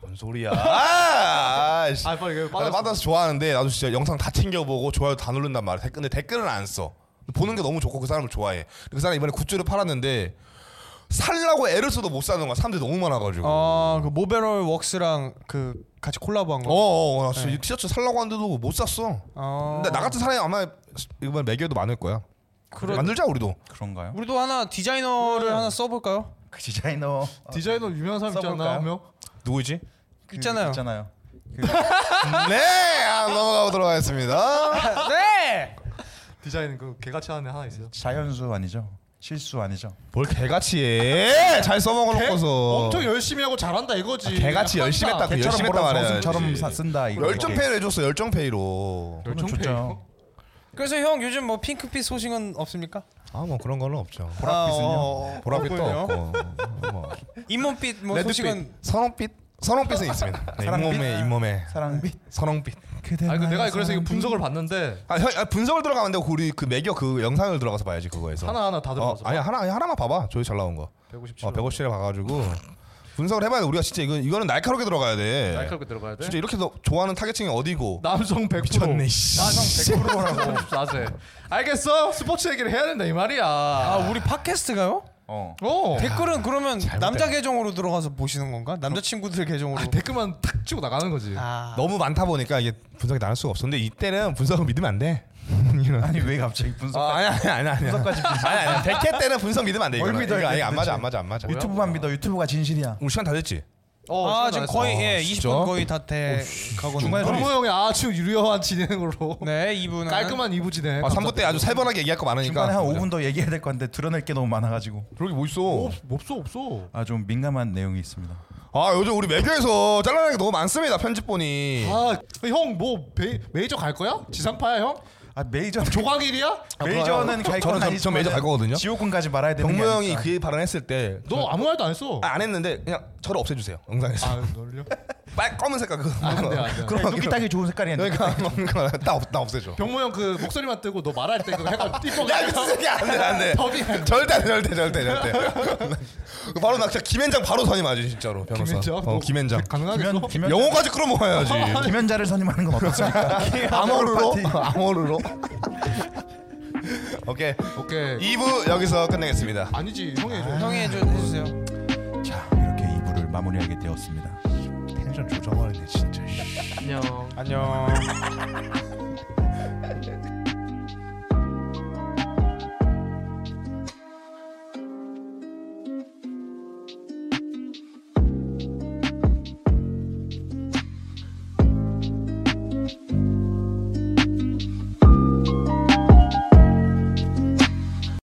B: 뭔 소리야? 아, 아이씨.
D: 아 빨리
B: 나도
D: 빠져.
B: 빠더너스 좋아하는데 나도 진짜 영상 다 챙겨보고 좋아요 다 누른단 말이야. 댓- 근데 댓글은 안 써. 보는 게 너무 좋고 그 사람을 좋아해. 그 사람 이번에 굿즈를 팔았는데 살라고 애를 써도 못 사는 거야. 사람들이 너무 많아가지고.
A: 어, 그 모베럴 웍스랑 그 같이 콜라보한 거.
B: 어, 어, 나 진짜 이 티셔츠 살라고 하는데도 못 샀어.
A: 어.
B: 근데 나 같은 사람이 아마 이번 매겨도 많을 거야. 음.
A: 그래.
B: 만들자 우리도.
C: 그런가요?
A: 우리도 하나 디자이너를 하나 써볼까요?
C: 그 디자이너
D: 디자이너 유명한 사람 있지 않나
C: 써볼까요?
D: 한 명?
B: 누구지?
C: 그
A: 음, 있잖아요.
C: 있잖아요.
B: 네, 아, 넘어가보도록 하겠습니다.
A: 네.
D: 디자인 그 개같이 하는 애 하나 있어요.
C: 자연수 아니죠? 실수 아니죠?
B: 뭘 개같이 해? 잘
D: 개-
B: 써먹어놓고서.
D: 엄청 열심히 하고 잘한다 이거지.
B: 아, 개같이
D: 한다.
B: 열심히
C: 아,
B: 했다. 그 열심히 했다
C: 뭐라
B: 말이야.
C: 저승처럼 사- 쓴다 이거.
B: 열정페이로 해줬어. 열정페이로.
C: 돈은 줬죠.
A: 그래서 형 요즘 뭐 핑크빛 소식은 없습니까?
B: 아 뭐 그런 거는 없죠.
D: 어,
C: 보랏빛은요?
B: 보라빛도
A: 그렇군요.
B: 없고. 뭐.
A: 잇몸빛 뭐
B: 레드빛,
A: 소식은
B: 선홍빛, 선홍빛은 있습니다. 네,
C: 사랑빛?
B: 잇몸에 잇몸에
C: 사랑빛.
B: 선홍빛.
C: 그대.
D: 아니 그 내가 그래서 이거 분석을 봤는데
B: 아, 형, 아 분석을 들어가면 안 되고 우리 그 매겨 그 영상을 들어가서 봐야지 그거에서.
D: 하나 하나 다
B: 어,
D: 들어가서.
B: 아니 하나 아니, 하나만 봐봐. 저기 잘 나온 거.
D: 157.
B: 어, 157에 봐가지고 분석을 해봐야 돼. 우리가 진짜 이거 이거는 날카롭게 들어가야 돼.
D: 날카롭게 들어가야 돼.
B: 진짜 이렇게 너, 좋아하는 타겟층이 어디고?
D: 남성 100%
B: 미쳤네, 씨.
D: 남성 100%라고 34세 알겠어 스포츠 얘기를 해야 된다 이 말이야
A: 아 우리 팟캐스트가요?
C: 어.
D: 어
A: 댓글은 그러면 남자 계정으로 들어가서 보시는 건가? 남자 친구들 계정으로.
D: 아, 댓글만 탁 치고 나가는 거지
A: 아.
B: 너무 많다 보니까 이게 분석이 나눌 수가 없었는데 이때는 분석을 믿으면 안 돼. 이런.
C: 아니 왜 갑자기 분석?
B: 아, 아니 아니 아니 아니. 분석까지 아니 아니. 100회 때는 분석 믿으면 안 돼. 이거는.
C: 뭘 믿어야
B: 이거 아니
C: 돼,
B: 안 맞아
C: 도대체.
B: 안 맞아 안 맞아.
C: 유튜브만 믿어. 유튜브가 진실이야. 그러니까
B: 우리 시간 다 됐지?
D: 어,
A: 아 지금
D: 시간 안
A: 거의 예
B: 진짜?
A: 20분 거의 다돼 가고
B: 예,
D: 했어.
A: 있는데.
D: 정모 형이 아주 유려한 진행으로
A: 네 이분은
D: 깔끔한 2부 진행
B: 아, 3부 때 아주 살벌하게 얘기할 거 많으니까.
C: 중간에 한 5분 더 얘기해야 될 건데 드러낼 게 너무 많아가지고
B: 그러게 뭐
D: 어,
B: 있어?
D: 없어 없어
C: 아 좀 민감한 내용이 있습니다.
B: 아 요즘 우리 매교에서 잘라내는 게 너무 많습니다 편집본이.
D: 아, 아형뭐 메이저 갈 거야? 지상파야 형?
C: 아 메이저
D: 조광일이야?
C: 메이저는
B: 아, 저-
C: 갈
B: 저는
C: 건
B: 저-
C: 아니지만
B: 저 메이저 갈 거거든요.
C: 지옥군까지 말아야 되는
B: 병모
C: 게
B: 형이
C: 아닐까.
B: 그 발언했을 때 너-
D: 너 아무 말도 안 했어
B: 아, 안 했는데 그냥 저를 없애주세요 영상에서.
D: 아 놀려 아,
B: 빨 검은 색깔 그거.
D: 안 돼, 안 돼.
B: 그런 거
C: 네, 눈빛 따기 좋은 색깔이야.
B: 그러니까 나나 없애줘.
D: 병모 형 그 목소리만 뜨고 너 말할 때 그거 해가 띠뽀
B: 야 이거 진짜 안돼 안돼.
D: 더비
B: 절대 안 돼, 절대 절대 절대. 바로 나 진짜 김현장 바로 선임 아주 진짜로 변호사.
D: 김현장?
B: 어 김현장.
D: 가능하겠어?
C: 김현- 김현-
B: 그러니까 영어까지 끌어모아야지.
C: 네, 김현자를 선임하는 건 어떻습니까?
B: 암호르로 암호르로. 오케이
D: 오케이
B: 2부 여기서 끝내겠습니다.
D: 아니지 형이 해줘
A: 형이 해주, 해주세요.
C: 자 이렇게 2부를 마무리하게 되었습니다.
B: 텐션 조정하는데 진짜.
D: 안녕
A: 안녕.